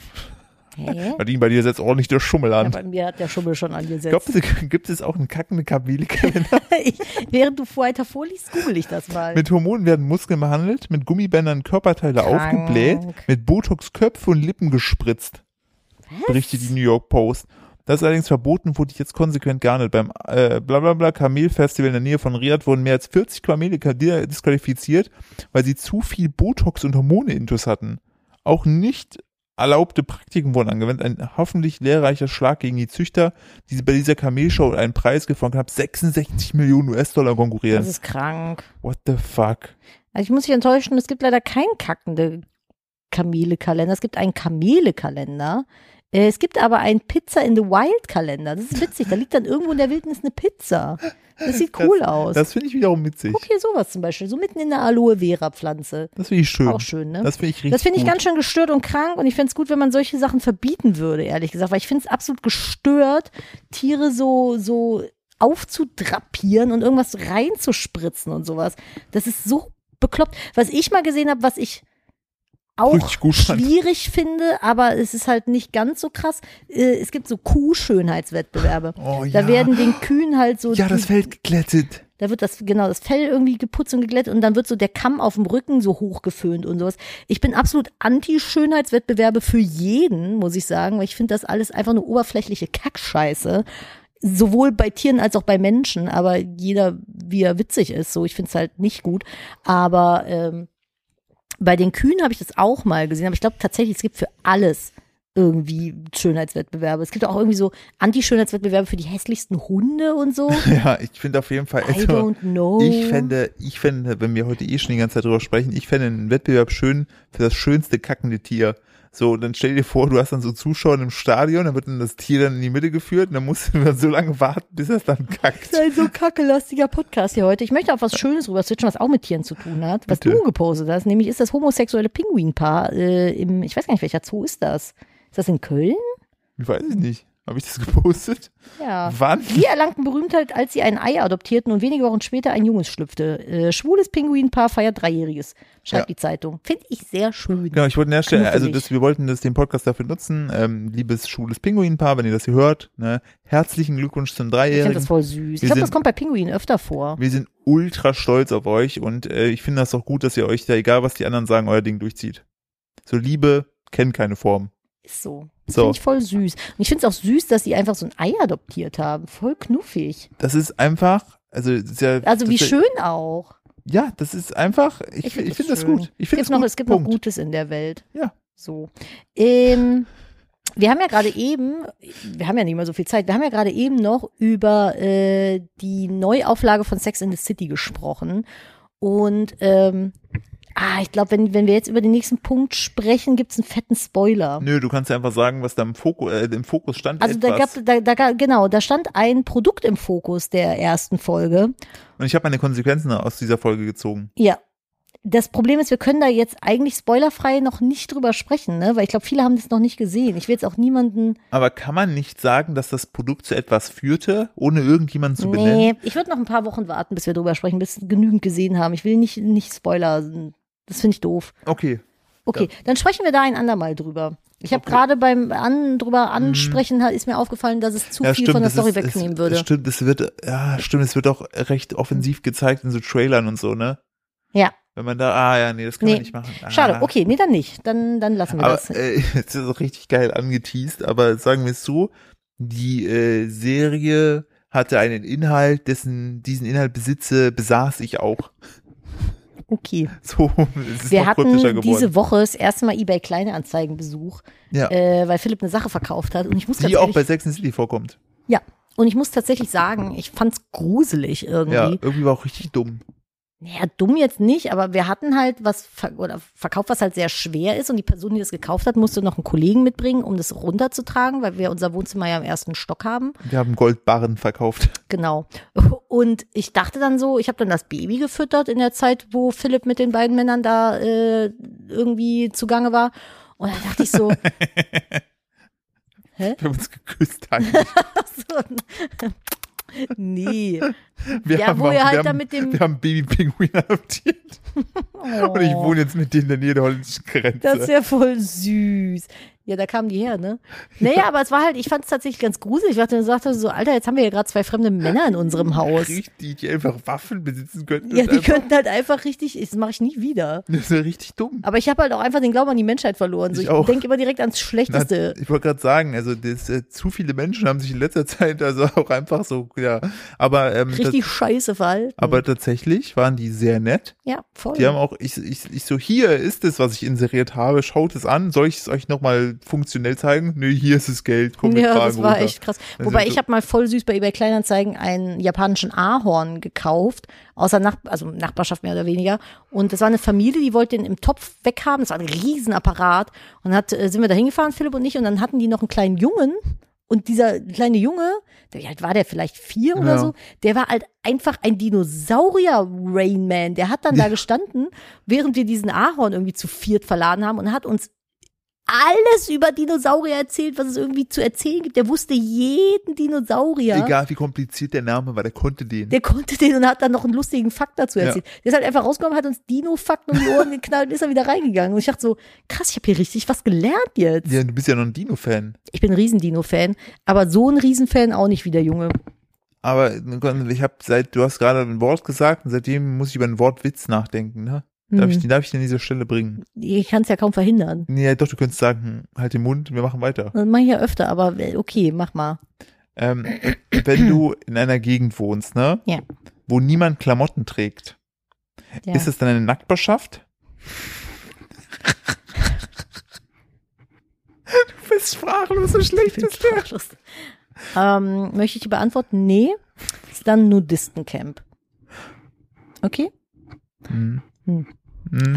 Hä?
Nadine, bei dir setzt ordentlich der Schummel
Hm. Ja,
an.
bei mir hat der Schummel schon angesetzt.
Glaubst du, <laughs> gibt es auch einen kackenden Kamele-Kalender?
Ich, während du weiter vorliest, google ich das mal.
Mit Hormonen werden Muskeln behandelt, mit Gummibändern Körperteile
Krank.
aufgebläht, mit Botox Köpfe und Lippen gespritzt, berichtet die New York Post. Das ist allerdings verboten, wurde ich jetzt konsequent geahndet. Beim äh, blablabla Kamelfestival in der Nähe von Riyadh wurden mehr als 40 Kamele ka- dir- disqualifiziert, weil sie zu viel Botox und Hormone intus hatten. Auch nicht erlaubte Praktiken wurden angewendet. Ein hoffentlich lehrreicher Schlag gegen die Züchter, die bei dieser Kamelshow einen Preis von knapp 66 Millionen US-Dollar
das
konkurrieren.
ist krank.
What the fuck?
Also ich muss dich enttäuschen, es gibt leider keinen kackenden Kamele-Kalender. Es gibt einen Kamele-Kalender. Äh, Es gibt aber einen Pizza in the Wild-Kalender. Das ist witzig. Da liegt dann irgendwo in der Wildnis eine Pizza. Das sieht cool aus.
Das finde ich wiederum witzig.
Guck hier sowas zum Beispiel. So mitten in der Aloe Vera-Pflanze.
Das finde ich schön.
Auch schön, ne?
Das finde ich richtig
Das finde ich
gut.
ganz schön gestört und krank und ich finde es gut, wenn man solche Sachen verbieten würde, ehrlich gesagt, weil ich finde es absolut gestört, Tiere so, so aufzudrapieren und irgendwas reinzuspritzen und sowas. Das ist so bekloppt. Was ich mal gesehen habe, was ich auch
Richtig gut fand.
schwierig finde, aber es ist halt nicht ganz so krass. äh, Es gibt so Kuhschönheitswettbewerbe.
Oh,
da
ja.
werden den Kühen halt so
Ja,
die-
das Feld geklettet.
da wird das, genau, das Fell irgendwie geputzt und geglättet und dann wird so der Kamm auf dem Rücken so hochgeföhnt und sowas. Ich bin absolut anti-Schönheitswettbewerbe für jeden, muss ich sagen, weil ich finde das alles einfach eine oberflächliche Kackscheiße. Sowohl bei Tieren als auch bei Menschen, aber jeder, wie er witzig ist, so, ich finde es halt nicht gut. Aber ähm, bei den Kühen habe ich das auch mal gesehen, aber ich glaube tatsächlich, es gibt für alles irgendwie Schönheitswettbewerbe. Es gibt auch irgendwie so Anti-Schönheitswettbewerbe für die hässlichsten Hunde und so.
<laughs> Ja, ich finde auf jeden Fall. also,
I don't know.
Ich fände, ich fände, wenn wir heute eh schon die ganze Zeit drüber sprechen, ich fände einen Wettbewerb schön für das schönste kackende Tier. So, dann stell dir vor, du hast dann so Zuschauer im Stadion, dann wird dann das Tier dann in die Mitte geführt und dann musst du <laughs> dann so lange warten, bis es dann
<laughs>
kackt.
Das ist ein so kackelastiger Podcast hier heute. Ich möchte auf was Schönes rüber switchen, was auch mit Tieren zu tun hat, was
Bitte.
du gepostet hast. Nämlich ist das homosexuelle Pinguinpaar äh, im, ich weiß gar nicht, welcher Zoo ist das? Ist das in Köln?
Ich weiß es nicht. Habe ich das gepostet?
Ja.
Wann?
Sie erlangten Berühmtheit, als sie ein Ei adoptierten und wenige Wochen später ein Junges schlüpfte. Äh, schwules Pinguinpaar feiert Dreijähriges, schreibt
Ja.
die Zeitung. Finde ich sehr schön.
Genau, ich wollte an der Stelle, also
Knuffelig.
das, wir wollten das, den Podcast dafür nutzen. Ähm, liebes schwules Pinguinpaar, wenn ihr das hier hört, ne, herzlichen Glückwunsch zum
Ich finde das
Dreijährigen.
voll süß. Ich
Wir
glaube, das
sind-
kommt bei Pinguinen öfter vor.
Wir sind ultra stolz auf euch und äh, ich finde das auch gut, dass ihr euch da, egal was die anderen sagen, euer Ding durchzieht. So Liebe kennt keine Form.
Ist so.
So.
So. Finde ich voll süß. Und ich finde es auch süß, dass sie einfach so ein Ei adoptiert haben. Voll knuffig.
Das ist einfach, also das ist ja,
Also wie
das, ist ja-
schön auch.
Ja, das ist einfach. Ich,
Ich
ich
find
finde
das
find das
schön.
gut. Ich finde
Gibt's noch,
gut.
es gibt
Punkt.
noch Gutes in der Welt.
Ja.
So. Ähm, wir haben ja gerade eben, wir haben ja nicht mehr so viel Zeit, wir haben ja gerade eben noch über äh, die Neuauflage von Sex in the City gesprochen. Und ähm, ah, ich glaube, wenn, wenn wir jetzt über den nächsten Punkt sprechen, gibt's einen fetten Spoiler.
Nö, du kannst ja einfach sagen, was da im Fokus, äh, im Fokus stand.
Also da gab
etwas.
da, da ga- genau, da stand ein Produkt im Fokus der ersten Folge.
Und ich habe meine Konsequenzen aus dieser Folge gezogen.
Ja. Das Problem ist, wir können da jetzt eigentlich spoilerfrei noch nicht drüber sprechen, ne? Weil ich glaube, viele haben das noch nicht gesehen. Ich will jetzt auch niemanden.
Aber kann man nicht sagen, dass das Produkt zu etwas führte, ohne irgendjemanden zu benennen?
Nee, ich würde noch ein paar Wochen warten, bis wir drüber sprechen, bis genügend gesehen haben. Ich will nicht, nicht Spoiler. Das finde ich doof.
Okay.
Okay, dann sprechen wir da ein andermal drüber. Ich habe
Okay. Mhm.
gerade beim an, drüber ansprechen, ha- ist mir aufgefallen, dass es zu viel von der
das
Story
ist-
wegnehmen
es,
würde.
Es stimmt, es wird, ja, stimmt, es wird auch recht offensiv gezeigt in so Trailern und so, ne?
Ja,
Wenn man da, ah ja, nee, das kann
Nee.
man nicht machen. Ah.
schade. Okay, nee, dann nicht. Dann, dann lassen wir
Aber
das.
äh, <laughs> es ist auch richtig geil angeteased, aber sagen wir es so, die äh, Serie hatte einen Inhalt, dessen diesen Inhalt besitze, besaß ich auch. <laughs>
Okay.
So, es ist noch kryptischer
Wir hatten
geworden.
diese Woche das erste Mal eBay Kleinanzeigenbesuch,
ja,
äh, weil Philipp eine Sache verkauft hat und ich muss
die auch
tatsächlich-
bei Sex and the City vorkommt.
Ja. Und ich muss tatsächlich sagen, ich fand's gruselig
Ja,
irgendwie.
irgendwie war auch richtig dumm.
Naja, dumm jetzt nicht, aber wir hatten halt was ver oder verkauft, was halt sehr schwer ist und die Person, die das gekauft hat, musste noch einen Kollegen mitbringen, um das runterzutragen, weil wir unser Wohnzimmer ja im ersten Stock haben.
Wir haben Goldbarren verkauft. <laughs>
Genau. Und ich dachte dann so, ich habe dann das Baby gefüttert in der Zeit, wo Philipp mit den beiden Männern da äh, irgendwie zugange war. Und dann dachte ich so, <laughs>
Wir haben uns geküsst eigentlich.
so <laughs> nee.
Wir
Ja,
haben
wo
auch-
ihr halt
wir
da
haben,
mit dem-
Wir haben Baby-Pinguin adoptiert. Und ich wohne jetzt mit denen in der Nähe der holländischen Grenze.
Oh. Das ist ja voll süß. Ja, da kamen die her, ne? Naja, aber es war halt, ich fand es tatsächlich ganz gruselig. Ich dachte, ich dachte so, Alter, jetzt haben wir ja gerade zwei fremde Männer in unserem Haus.
Richtig, die einfach Waffen besitzen könnten.
Ja,
und
die
einfach,
könnten halt einfach richtig, das mache ich nie wieder.
das ist ja richtig dumm.
Aber ich habe halt auch einfach den Glauben an die Menschheit verloren. So,
Ich
ich
auch.
denke immer direkt ans
Na,
Schlechteste.
ich wollte gerade sagen, also das, äh, zu viele Menschen haben sich in letzter Zeit also auch einfach so, ja. Aber, ähm,
richtig scheiße verhalten.
das, aber tatsächlich waren die sehr nett.
ja, voll.
Die haben auch, ich, ich, ich so, hier ist es, was ich inseriert habe, schaut es an, soll ich es euch nochmal funktionell zeigen? Nö, hier ist das Geld, komm, wir
ja,
tragen
das war
runter.
echt krass.
Also
Wobei
so-
ich habe mal voll süß bei eBay Kleinanzeigen einen japanischen Ahorn gekauft, außer Nach also Nachbarschaft mehr oder weniger. Und das war eine Familie, die wollte den im Topf weghaben. Das war ein Riesenapparat. Und dann hat, äh, sind wir da hingefahren, Philipp und ich, und dann hatten die noch einen kleinen Jungen. Und dieser kleine Junge, der, wie alt war der vielleicht vier oder
Ja.
so, der war halt einfach ein Dinosaurier Rainman. Der hat dann
<laughs>
da gestanden, während wir diesen Ahorn irgendwie zu viert verladen haben und hat uns alles über Dinosaurier erzählt, was es irgendwie zu erzählen gibt. Der wusste jeden Dinosaurier.
Egal wie kompliziert der Name war, der konnte den.
Der konnte den und hat dann noch einen lustigen Fakt dazu
Ja.
erzählt. Der ist halt einfach rausgekommen, hat uns Dino-Fakten um die Ohren geknallt und ist dann wieder reingegangen. Und ich dachte so, krass, ich habe hier richtig was gelernt jetzt.
ja, du bist ja noch ein Dino-Fan.
Ich bin ein Riesen-Dino-Fan, aber so ein Riesen-Fan auch nicht wie der Junge.
Aber ich habe seit, du hast gerade ein Wort gesagt und seitdem muss ich über ein Wortwitz nachdenken, ne? Darf,
Hm.
ich, den- darf ich den an dieser Stelle bringen?
Ich kann es ja kaum verhindern.
Nee, doch, du könntest sagen, hm, halt den Mund, wir machen weiter.
Das mache ich ja öfter, aber äh, okay, mach mal.
Ähm, wenn du in einer Gegend wohnst, ne?
Ja.
Wo niemand Klamotten trägt,
Ja.
ist es dann eine
<laughs>
Nachbarschaft? du bist bist sprachlos, so schlecht
bin
ist der.
sprachlos. Ähm, möchte ich die beantworten? Nee. Ist dann Nudistencamp. Okay?
Hm,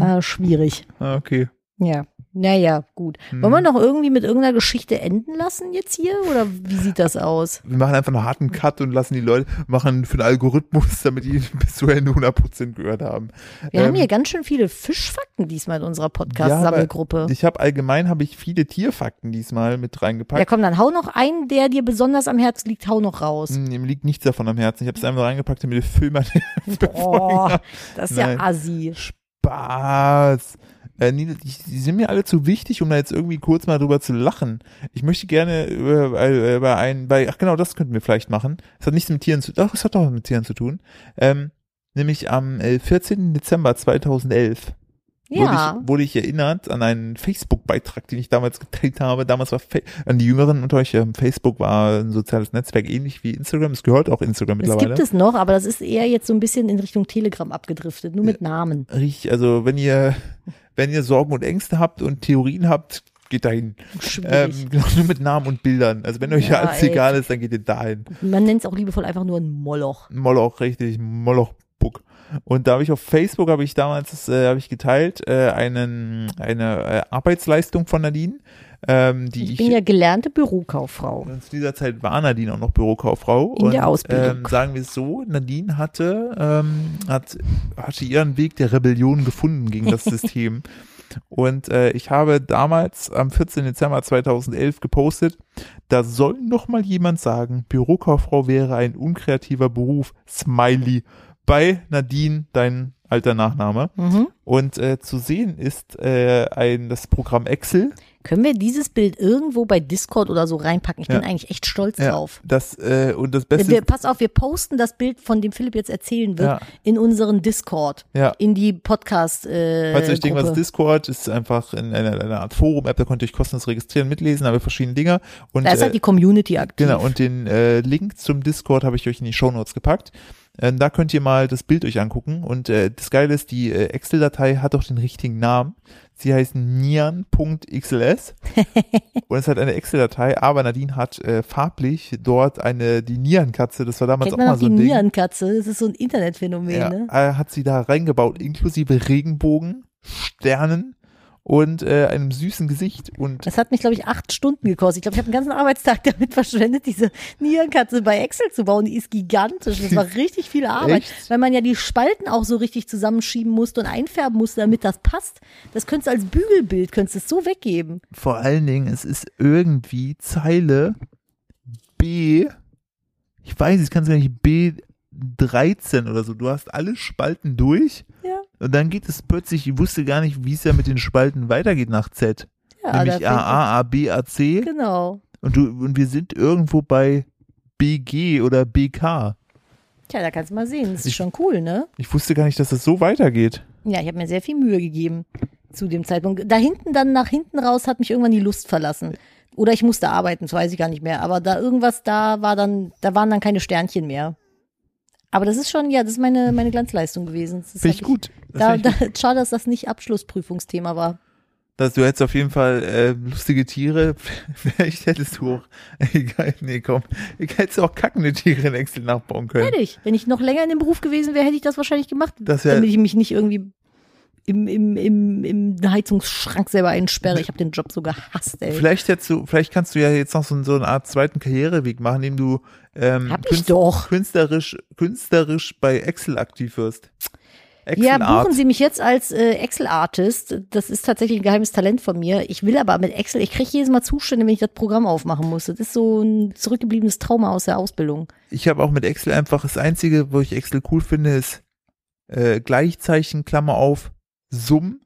Äh, schwierig.
ah, okay.
Ja. Naja, gut.
Mhm.
Wollen wir noch irgendwie mit irgendeiner Geschichte enden lassen jetzt hier? Oder wie sieht das aus?
Wir machen einfach einen harten Cut und lassen die Leute machen für den Algorithmus, damit die bis zu Ende 100% gehört haben.
Wir
Ähm,
haben hier ganz schön viele Fischfakten diesmal in unserer
aber
Podcast-Sammelgruppe.
Ich habe allgemein habe ich viele Tierfakten diesmal mit
Ja,
reingepackt.
komm, dann hau noch einen, der dir besonders am Herz liegt, hau noch raus.
Hm, Ihm liegt nichts davon am Herzen. Ich habe es einfach reingepackt, damit der Film an
<laughs> Oh, das ist ja
Mhm. Nein.
assi.
<laughs> Spaß. Äh, nee, die, die sind mir alle zu wichtig, um da jetzt irgendwie kurz mal drüber zu lachen. Ich möchte gerne äh, äh, bei einem, bei, ach genau, das könnten wir vielleicht machen. Es hat nichts mit Tieren zu doch, es hat doch was mit Tieren zu tun. Ähm, nämlich am äh, 14. Dezember 2011
Ja,
wurde, ich, wurde ich erinnert an einen Facebook-Beitrag, den ich damals geteilt habe. Damals war, Fa- an die Jüngeren unter euch, ähm, Facebook war ein soziales Netzwerk, ähnlich wie Instagram. Es gehört auch Instagram
es
mittlerweile.
gibt es noch, aber das ist eher jetzt so ein bisschen in Richtung Telegram abgedriftet, nur mit Namen.
Richtig, also wenn ihr, wenn ihr Sorgen und Ängste habt und Theorien habt, geht dahin.
Schwierig.
Ähm, genau, <laughs> nur mit Namen und Bildern. Also wenn euch
Ja,
alles
ey.
egal ist, dann geht ihr dahin.
Man nennt es auch liebevoll einfach nur ein Moloch.
Moloch, richtig, Moloch-Buck. Und da habe ich auf Facebook, habe ich damals, das, äh, habe ich geteilt, äh, einen, eine äh, Arbeitsleistung von Nadine, ähm, die
Ich
ich,
bin ja gelernte Bürokauffrau.
Und zu dieser Zeit war Nadine auch noch Bürokauffrau.
In
und,
der Ausbildung.
Ähm, sagen wir es so, Nadine hatte, ähm, hat, hatte ihren Weg der Rebellion gefunden gegen
<laughs>
das System. Und äh, ich habe damals am 14. Dezember 2011 gepostet, da soll noch mal jemand sagen, Bürokauffrau wäre ein unkreativer Beruf, Smiley, bei Nadine, dein alter Nachname.
Mhm.
Und äh, zu sehen ist äh, ein, das Programm Excel,
Können wir dieses Bild irgendwo bei Discord oder so reinpacken? Ich
Ja.
bin eigentlich echt stolz
Ja.
drauf.
das äh, und das Beste
Wir, pass auf, wir posten das Bild, von dem Philipp jetzt erzählen wird,
Ja.
in unseren Discord,
Ja.
in die Podcast. Äh,
Falls euch irgendwas
Gruppe.
Discord ist einfach in einer, einer Art Forum-App, da könnt ihr euch kostenlos registrieren, mitlesen, da haben wir verschiedene Dinge. Und,
Da ist halt
äh,
die Community aktiv.
genau, und den äh, Link zum Discord habe ich euch in die Shownotes gepackt. Ähm, da könnt ihr mal das Bild euch angucken. Und äh, das Geile ist, die äh, Excel-Datei hat auch den richtigen Namen. Sie heißt
<laughs>
nian.xls und es hat eine Excel-Datei, aber Nadine hat äh, farblich dort eine, die Nierenkatze, das war damals
Kennt
auch
man
mal
noch
so
die
ein Ding.
Nierenkatze? Das ist so ein Internetphänomen,
Ja,
ne?
äh, hat sie da reingebaut, inklusive Regenbogen, Sternen und äh, einem süßen Gesicht. Und
Das hat mich, glaube ich, acht Stunden gekostet. Ich glaube, ich habe den ganzen Arbeitstag <laughs> damit verschwendet, diese Nierenkatze bei Excel zu bauen. Die ist gigantisch. Das war
<laughs>
richtig viel Arbeit,
Echt?
weil man ja die Spalten auch so richtig zusammenschieben musste und einfärben musste, damit das passt. Das könntest du als Bügelbild, könntest du es so weggeben.
vor allen Dingen, es ist irgendwie Zeile B, ich weiß, ich kann es gar nicht, B13 oder so. Du hast alle Spalten durch
Ja.
und dann geht es plötzlich, ich wusste gar nicht, wie es ja mit den Spalten weitergeht nach Z.
Ja,
Nämlich
Ah,
ah, A,
da fängt-
A, A, B, A, C.
Genau.
Und, du, und wir sind irgendwo bei BG oder BK.
Tja, da kannst du mal sehen. Das ist
Ich-
schon cool, ne?
Ich wusste gar nicht, dass das so weitergeht.
Ja, ich habe mir sehr viel Mühe gegeben zu dem Zeitpunkt. Da hinten dann nach hinten raus hat mich irgendwann die Lust verlassen. Oder ich musste arbeiten, das weiß ich gar nicht mehr. Aber da irgendwas, da war dann, da waren dann keine Sternchen mehr. Aber das ist schon, ja, das ist meine, meine Glanzleistung gewesen. Das
Finde
hab
ich gut. Das
Da,
find ich
da, schade, dass das nicht Abschlussprüfungsthema war.
dass du hättest auf jeden Fall äh, lustige Tiere. <laughs> Vielleicht hättest du auch, <laughs> egal, nee, komm, hättest du auch kackende Tiere in Excel nachbauen können.
Hätte ich. Wenn ich noch länger in dem Beruf gewesen wäre, hätte ich das wahrscheinlich gemacht,
Das wär-
damit ich mich nicht irgendwie im, im, im, im Heizungsschrank selber einsperre. Ich habe den Job so gehasst, ey.
Vielleicht hättest du, vielleicht kannst du ja jetzt noch so, ein- so eine Art zweiten Karriereweg machen, indem du ähm,
Hab ich doch.
künstlerisch, künstlerisch bei Excel aktiv wirst. Excel
Ja,
Art.
buchen Sie mich jetzt als äh, Excel-Artist. Das ist tatsächlich ein geheimes Talent von mir. Ich will aber mit Excel, ich kriege jedes Mal Zustände, wenn ich das Programm aufmachen muss. Das ist so ein zurückgebliebenes Trauma aus der Ausbildung.
Ich habe auch mit Excel einfach das Einzige, wo ich Excel cool finde, ist äh, Gleichzeichen, Klammer auf, Summ.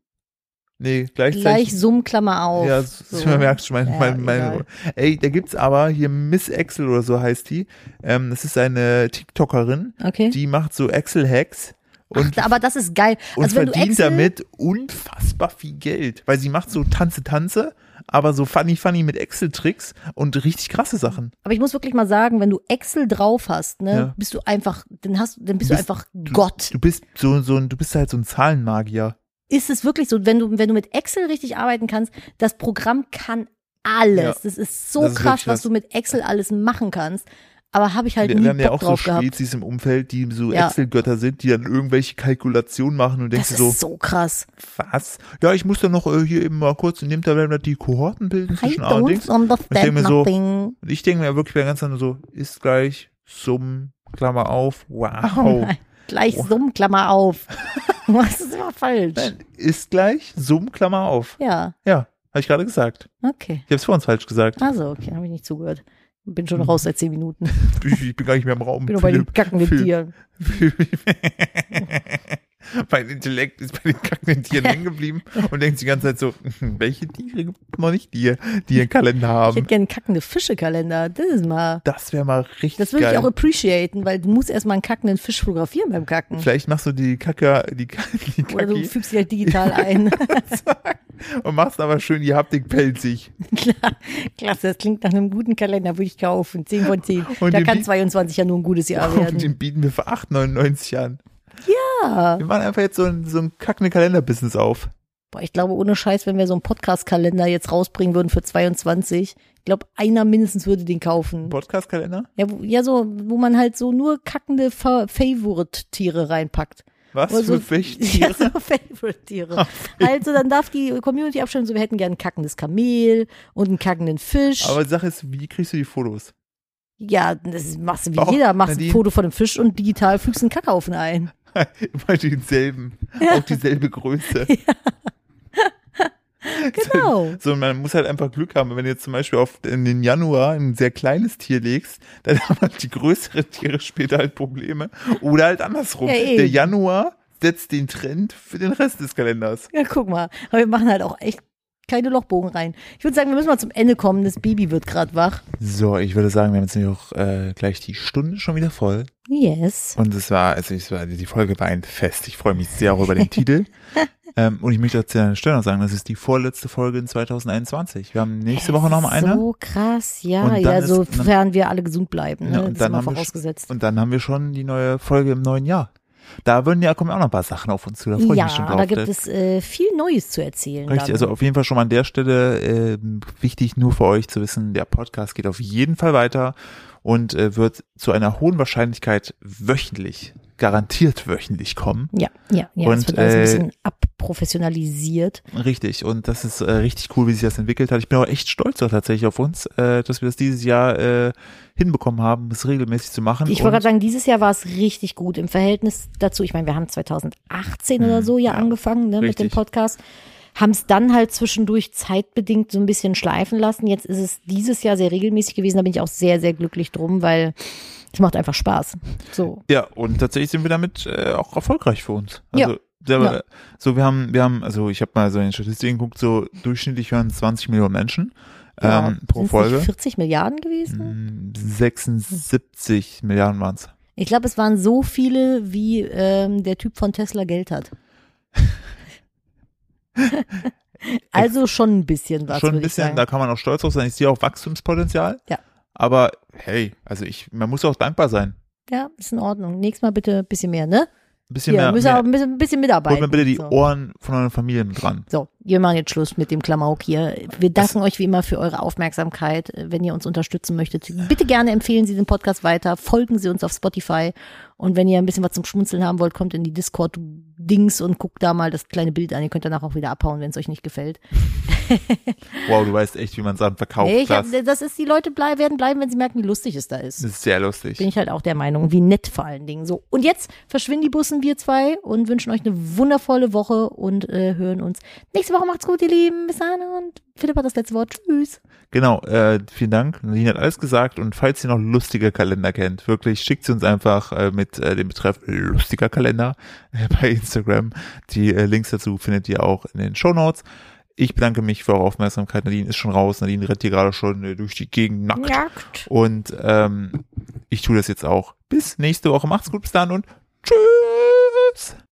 Nee, Gleichzeichen.
Gleich Summ, Klammer auf.
Ja,
So.
so. man merkt schon, mein,
Ja,
mein, mein,
egal.
ey, da gibt's aber hier Miss Excel oder so heißt die. Ähm, das ist eine TikTokerin,
Okay.
die macht so Excel-Hacks und,
Ach, aber das ist geil.
und
also wenn du
verdient
Excel,
damit unfassbar viel Geld, weil sie macht so Tanze, Tanze, aber so funny, funny mit Excel-Tricks und richtig krasse Sachen.
aber ich muss wirklich mal sagen, wenn du Excel drauf hast, ne,
Ja.
bist du einfach, dann hast, dann bist du,
Bist-
einfach Gott.
Du bist so, so ein, du bist halt so ein Zahlenmagier.
ist es wirklich so, wenn du, wenn du mit Excel richtig arbeiten kannst, das Programm kann alles.
Ja.
Das ist so
Das ist
krass,
wirklich
was
was.
du mit Excel alles machen kannst. Aber habe ich halt
Wir,
nie
wir haben ja
Bock
auch so
drauf gehabt.
Spezies im Umfeld, die so
Ja.
Excel-Götter sind, die dann irgendwelche Kalkulationen machen und denkst
Das
du
ist
so,
so, krass.
was? Ja, ich muss dann noch äh, hier eben mal kurz in dem Tabellen die Kohorten bilden
I
zwischen A und Dings.
don't understand
denke mir so,
nothing.
Und ich denke mir wirklich bei ganz anderen so, ist gleich Summen, Klammer auf,
Oh
wow.
Nein, Gleich
Oh.
Summ,
<laughs>
Klammer auf. Du machst es immer falsch.
Nein, ist gleich Summen, Klammer auf.
Ja,
Ja, habe ich gerade gesagt.
okay.
Ich habe es vor uns falsch
<laughs>
gesagt.
Also, okay, habe ich nicht zugehört. Bin schon raus seit
<laughs>
zehn Minuten.
Ich, ich bin gar nicht mehr im Raum.
Bin nur bei den kackenden
Hm. Philipp.
Tieren.
<laughs> mein Intellekt ist bei den kackenden
<laughs>
Tieren hängen geblieben und denkt die ganze Zeit so, <laughs> welche Tiere gibt es noch nicht dir, die einen Kalender
Ich hätte
haben?
gerne einen kackende Fischekalender. Das ist mal.
Das wäre mal richtig
Das würde
geil.
ich auch appreciaten, weil du musst erstmal einen kackenden Fisch fotografieren beim Kacken.
Vielleicht machst du die Kacke, die, Ka- die
Oder Hm. du
Kacki
fügst dich halt
<laughs>
digital ein. <laughs>
und machst aber schön die Haptik pelzig.
Klar, Klasse, das klingt nach einem guten Kalender, würde ich kaufen. 10 von 10.
Und
da
die
kann
Bi-
22 ja nur ein gutes
<laughs>
Jahr
Und
werden.
den bieten wir für 8,99 an.
Ja.
Wir machen einfach jetzt so ein, so ein kackende Kalender-Business auf.
Boah, ich glaube, ohne Scheiß, wenn wir so einen Podcast-Kalender jetzt rausbringen würden für 22, ich glaube, einer mindestens würde den kaufen.
Podcast-Kalender?
Ja, wo, ja, so, wo man halt so nur kackende Fa Favorite-Tiere reinpackt.
Was
Oder so,
für welche
<laughs> Ja,
Tiere?
so Favorite-Tiere. also dann darf die Community abstimmen, so wir hätten gern ein kackendes Kamel und einen kackenden Fisch.
Aber die Sache ist, wie kriegst du die Fotos? <laughs>
Ja, das ist- machst du wie
Doch,
jeder. Machst ein
Nadine.
Foto von einem Fisch und digital fügst einen
<laughs>
Kackhaufen ein.
Immer denselben. Auch dieselbe
<laughs>
Größe.
Genau.
So, man muss halt einfach Glück haben. Wenn du jetzt zum Beispiel auf in den Januar ein sehr kleines Tier legst, dann <laughs> haben halt die größeren Tiere später halt Probleme. Oder halt andersrum.
Ja, eben.
Der Januar setzt den Trend für den Rest des Kalenders.
Ja, guck mal. Aber wir machen halt auch echt keine Lochbogen rein. Ich würde sagen, wir müssen mal zum Ende kommen. Das Baby wird gerade wach.
So, ich würde sagen, wir haben jetzt nämlich auch äh, gleich die Stunde schon wieder voll.
Yes.
Und es war, also es war, die Folge war ein Fest. Ich freue mich sehr auch über
<laughs>
den Titel. ähm, und ich möchte jetzt an der Stelle noch sagen, das ist die vorletzte Folge in 2021. Wir haben nächste Woche nochmal eine.
So krass,
Und
ja.
dann
Ja,
ist-
sofern wir alle gesund bleiben. Ne?
Ja,
das
und
ist
dann
mal
haben wir
vorausgesetzt.
Und dann haben wir schon die neue Folge im neuen Jahr. Da würden ja kommen ja auch noch ein paar Sachen auf uns zu. Da freue ich
ja,
mich schon drauf. ne?
da gibt es äh, viel Neues zu erzählen.
Richtig,
dann.
also auf jeden Fall schon mal an der Stelle äh, wichtig nur für euch zu wissen, der Podcast geht auf jeden Fall weiter und äh, wird zu einer hohen Wahrscheinlichkeit wöchentlich, garantiert wöchentlich kommen.
ja, ja, ja. das
Und,
wird alles ein
äh,
bisschen abprofessionalisiert.
Richtig, und das ist äh, richtig cool, wie sich das entwickelt hat. Ich bin auch echt stolz auch tatsächlich auf uns, äh, dass wir das dieses Jahr äh, hinbekommen haben, es regelmäßig zu machen.
Ich wollte
Und-
gerade sagen, dieses Jahr war es richtig gut im Verhältnis dazu. Ich meine, wir haben 2018 oder so ja,
Hm, ja.
angefangen ne, mit dem
Richtig.
Podcast. Haben es dann halt zwischendurch zeitbedingt so ein bisschen schleifen lassen. Jetzt ist es dieses Jahr sehr regelmäßig gewesen. Da bin ich auch sehr, sehr glücklich drum, weil es macht einfach Spaß. So.
Ja, und tatsächlich sind wir damit äh, auch erfolgreich für uns. Also,
Ja.
Selber,
Ja.
So, wir haben, wir haben, also ich habe mal so in den Statistiken geguckt, so durchschnittlich hören 20 Millionen Menschen
Ja,
ähm, pro
genau. sind's
Folge.
Nicht 40 Milliarden gewesen?
Mm, 76 Milliarden waren's
Ich glaube, es waren so viele, wie ähm, der Typ von Tesla
<laughs>
Geld hat. also schon ein bisschen was.
Schon ein
würd ich
bisschen,
sagen.
da kann man auch stolz drauf sein. Ich sehe auch Wachstumspotenzial.
Ja.
Aber hey, also ich, man muss auch dankbar sein.
Ja, ist in Ordnung. Nächstes Mal bitte ein bisschen mehr, ne?
Ein bisschen
Hier,
mehr.
müssen wir auch
mehr
ein bisschen, ein bisschen
holt
mitarbeiten.
mir bitte die
so.
Ohren von euren Familien dran.
so, wir machen jetzt Schluss mit dem Klamauk hier. Wir danken euch wie immer für eure Aufmerksamkeit. Wenn ihr uns unterstützen möchtet, bitte gerne empfehlen Sie den Podcast weiter, folgen Sie uns auf Spotify und wenn ihr ein bisschen was zum Schmunzeln haben wollt, kommt in die Discord-Dings und guckt da mal das kleine Bild an. Ihr könnt danach auch wieder abhauen, wenn es euch nicht gefällt.
Wow, du weißt echt, wie man Sachen verkauft.
Nee, ich hab,
das
das ist, die Leute blei werden bleiben, wenn sie merken, wie lustig es da ist.
ist sehr lustig.
Bin ich halt auch der Meinung, wie nett vor allen Dingen. So, und jetzt verschwinden die Bussen, wir zwei, und wünschen euch eine wundervolle Woche und äh, hören uns. Nächste Woche macht's gut, ihr Lieben. Bis dann und Philipp hat das letzte Wort. Tschüss.
Genau, äh, vielen Dank. Nadine hat alles gesagt und falls ihr noch lustige Kalender kennt, wirklich schickt sie uns einfach äh, mit äh, dem Betreff lustiger Kalender äh, <laughs> bei Instagram. Die äh, Links dazu findet ihr auch in den Show Notes. Ich bedanke mich für eure Aufmerksamkeit. Nadine ist schon raus. Nadine rennt hier gerade schon äh, durch die Gegend nackt.
Nackt.
Und ähm, ich tue das jetzt auch. Bis nächste Woche. Macht's gut, bis dann und tschüss.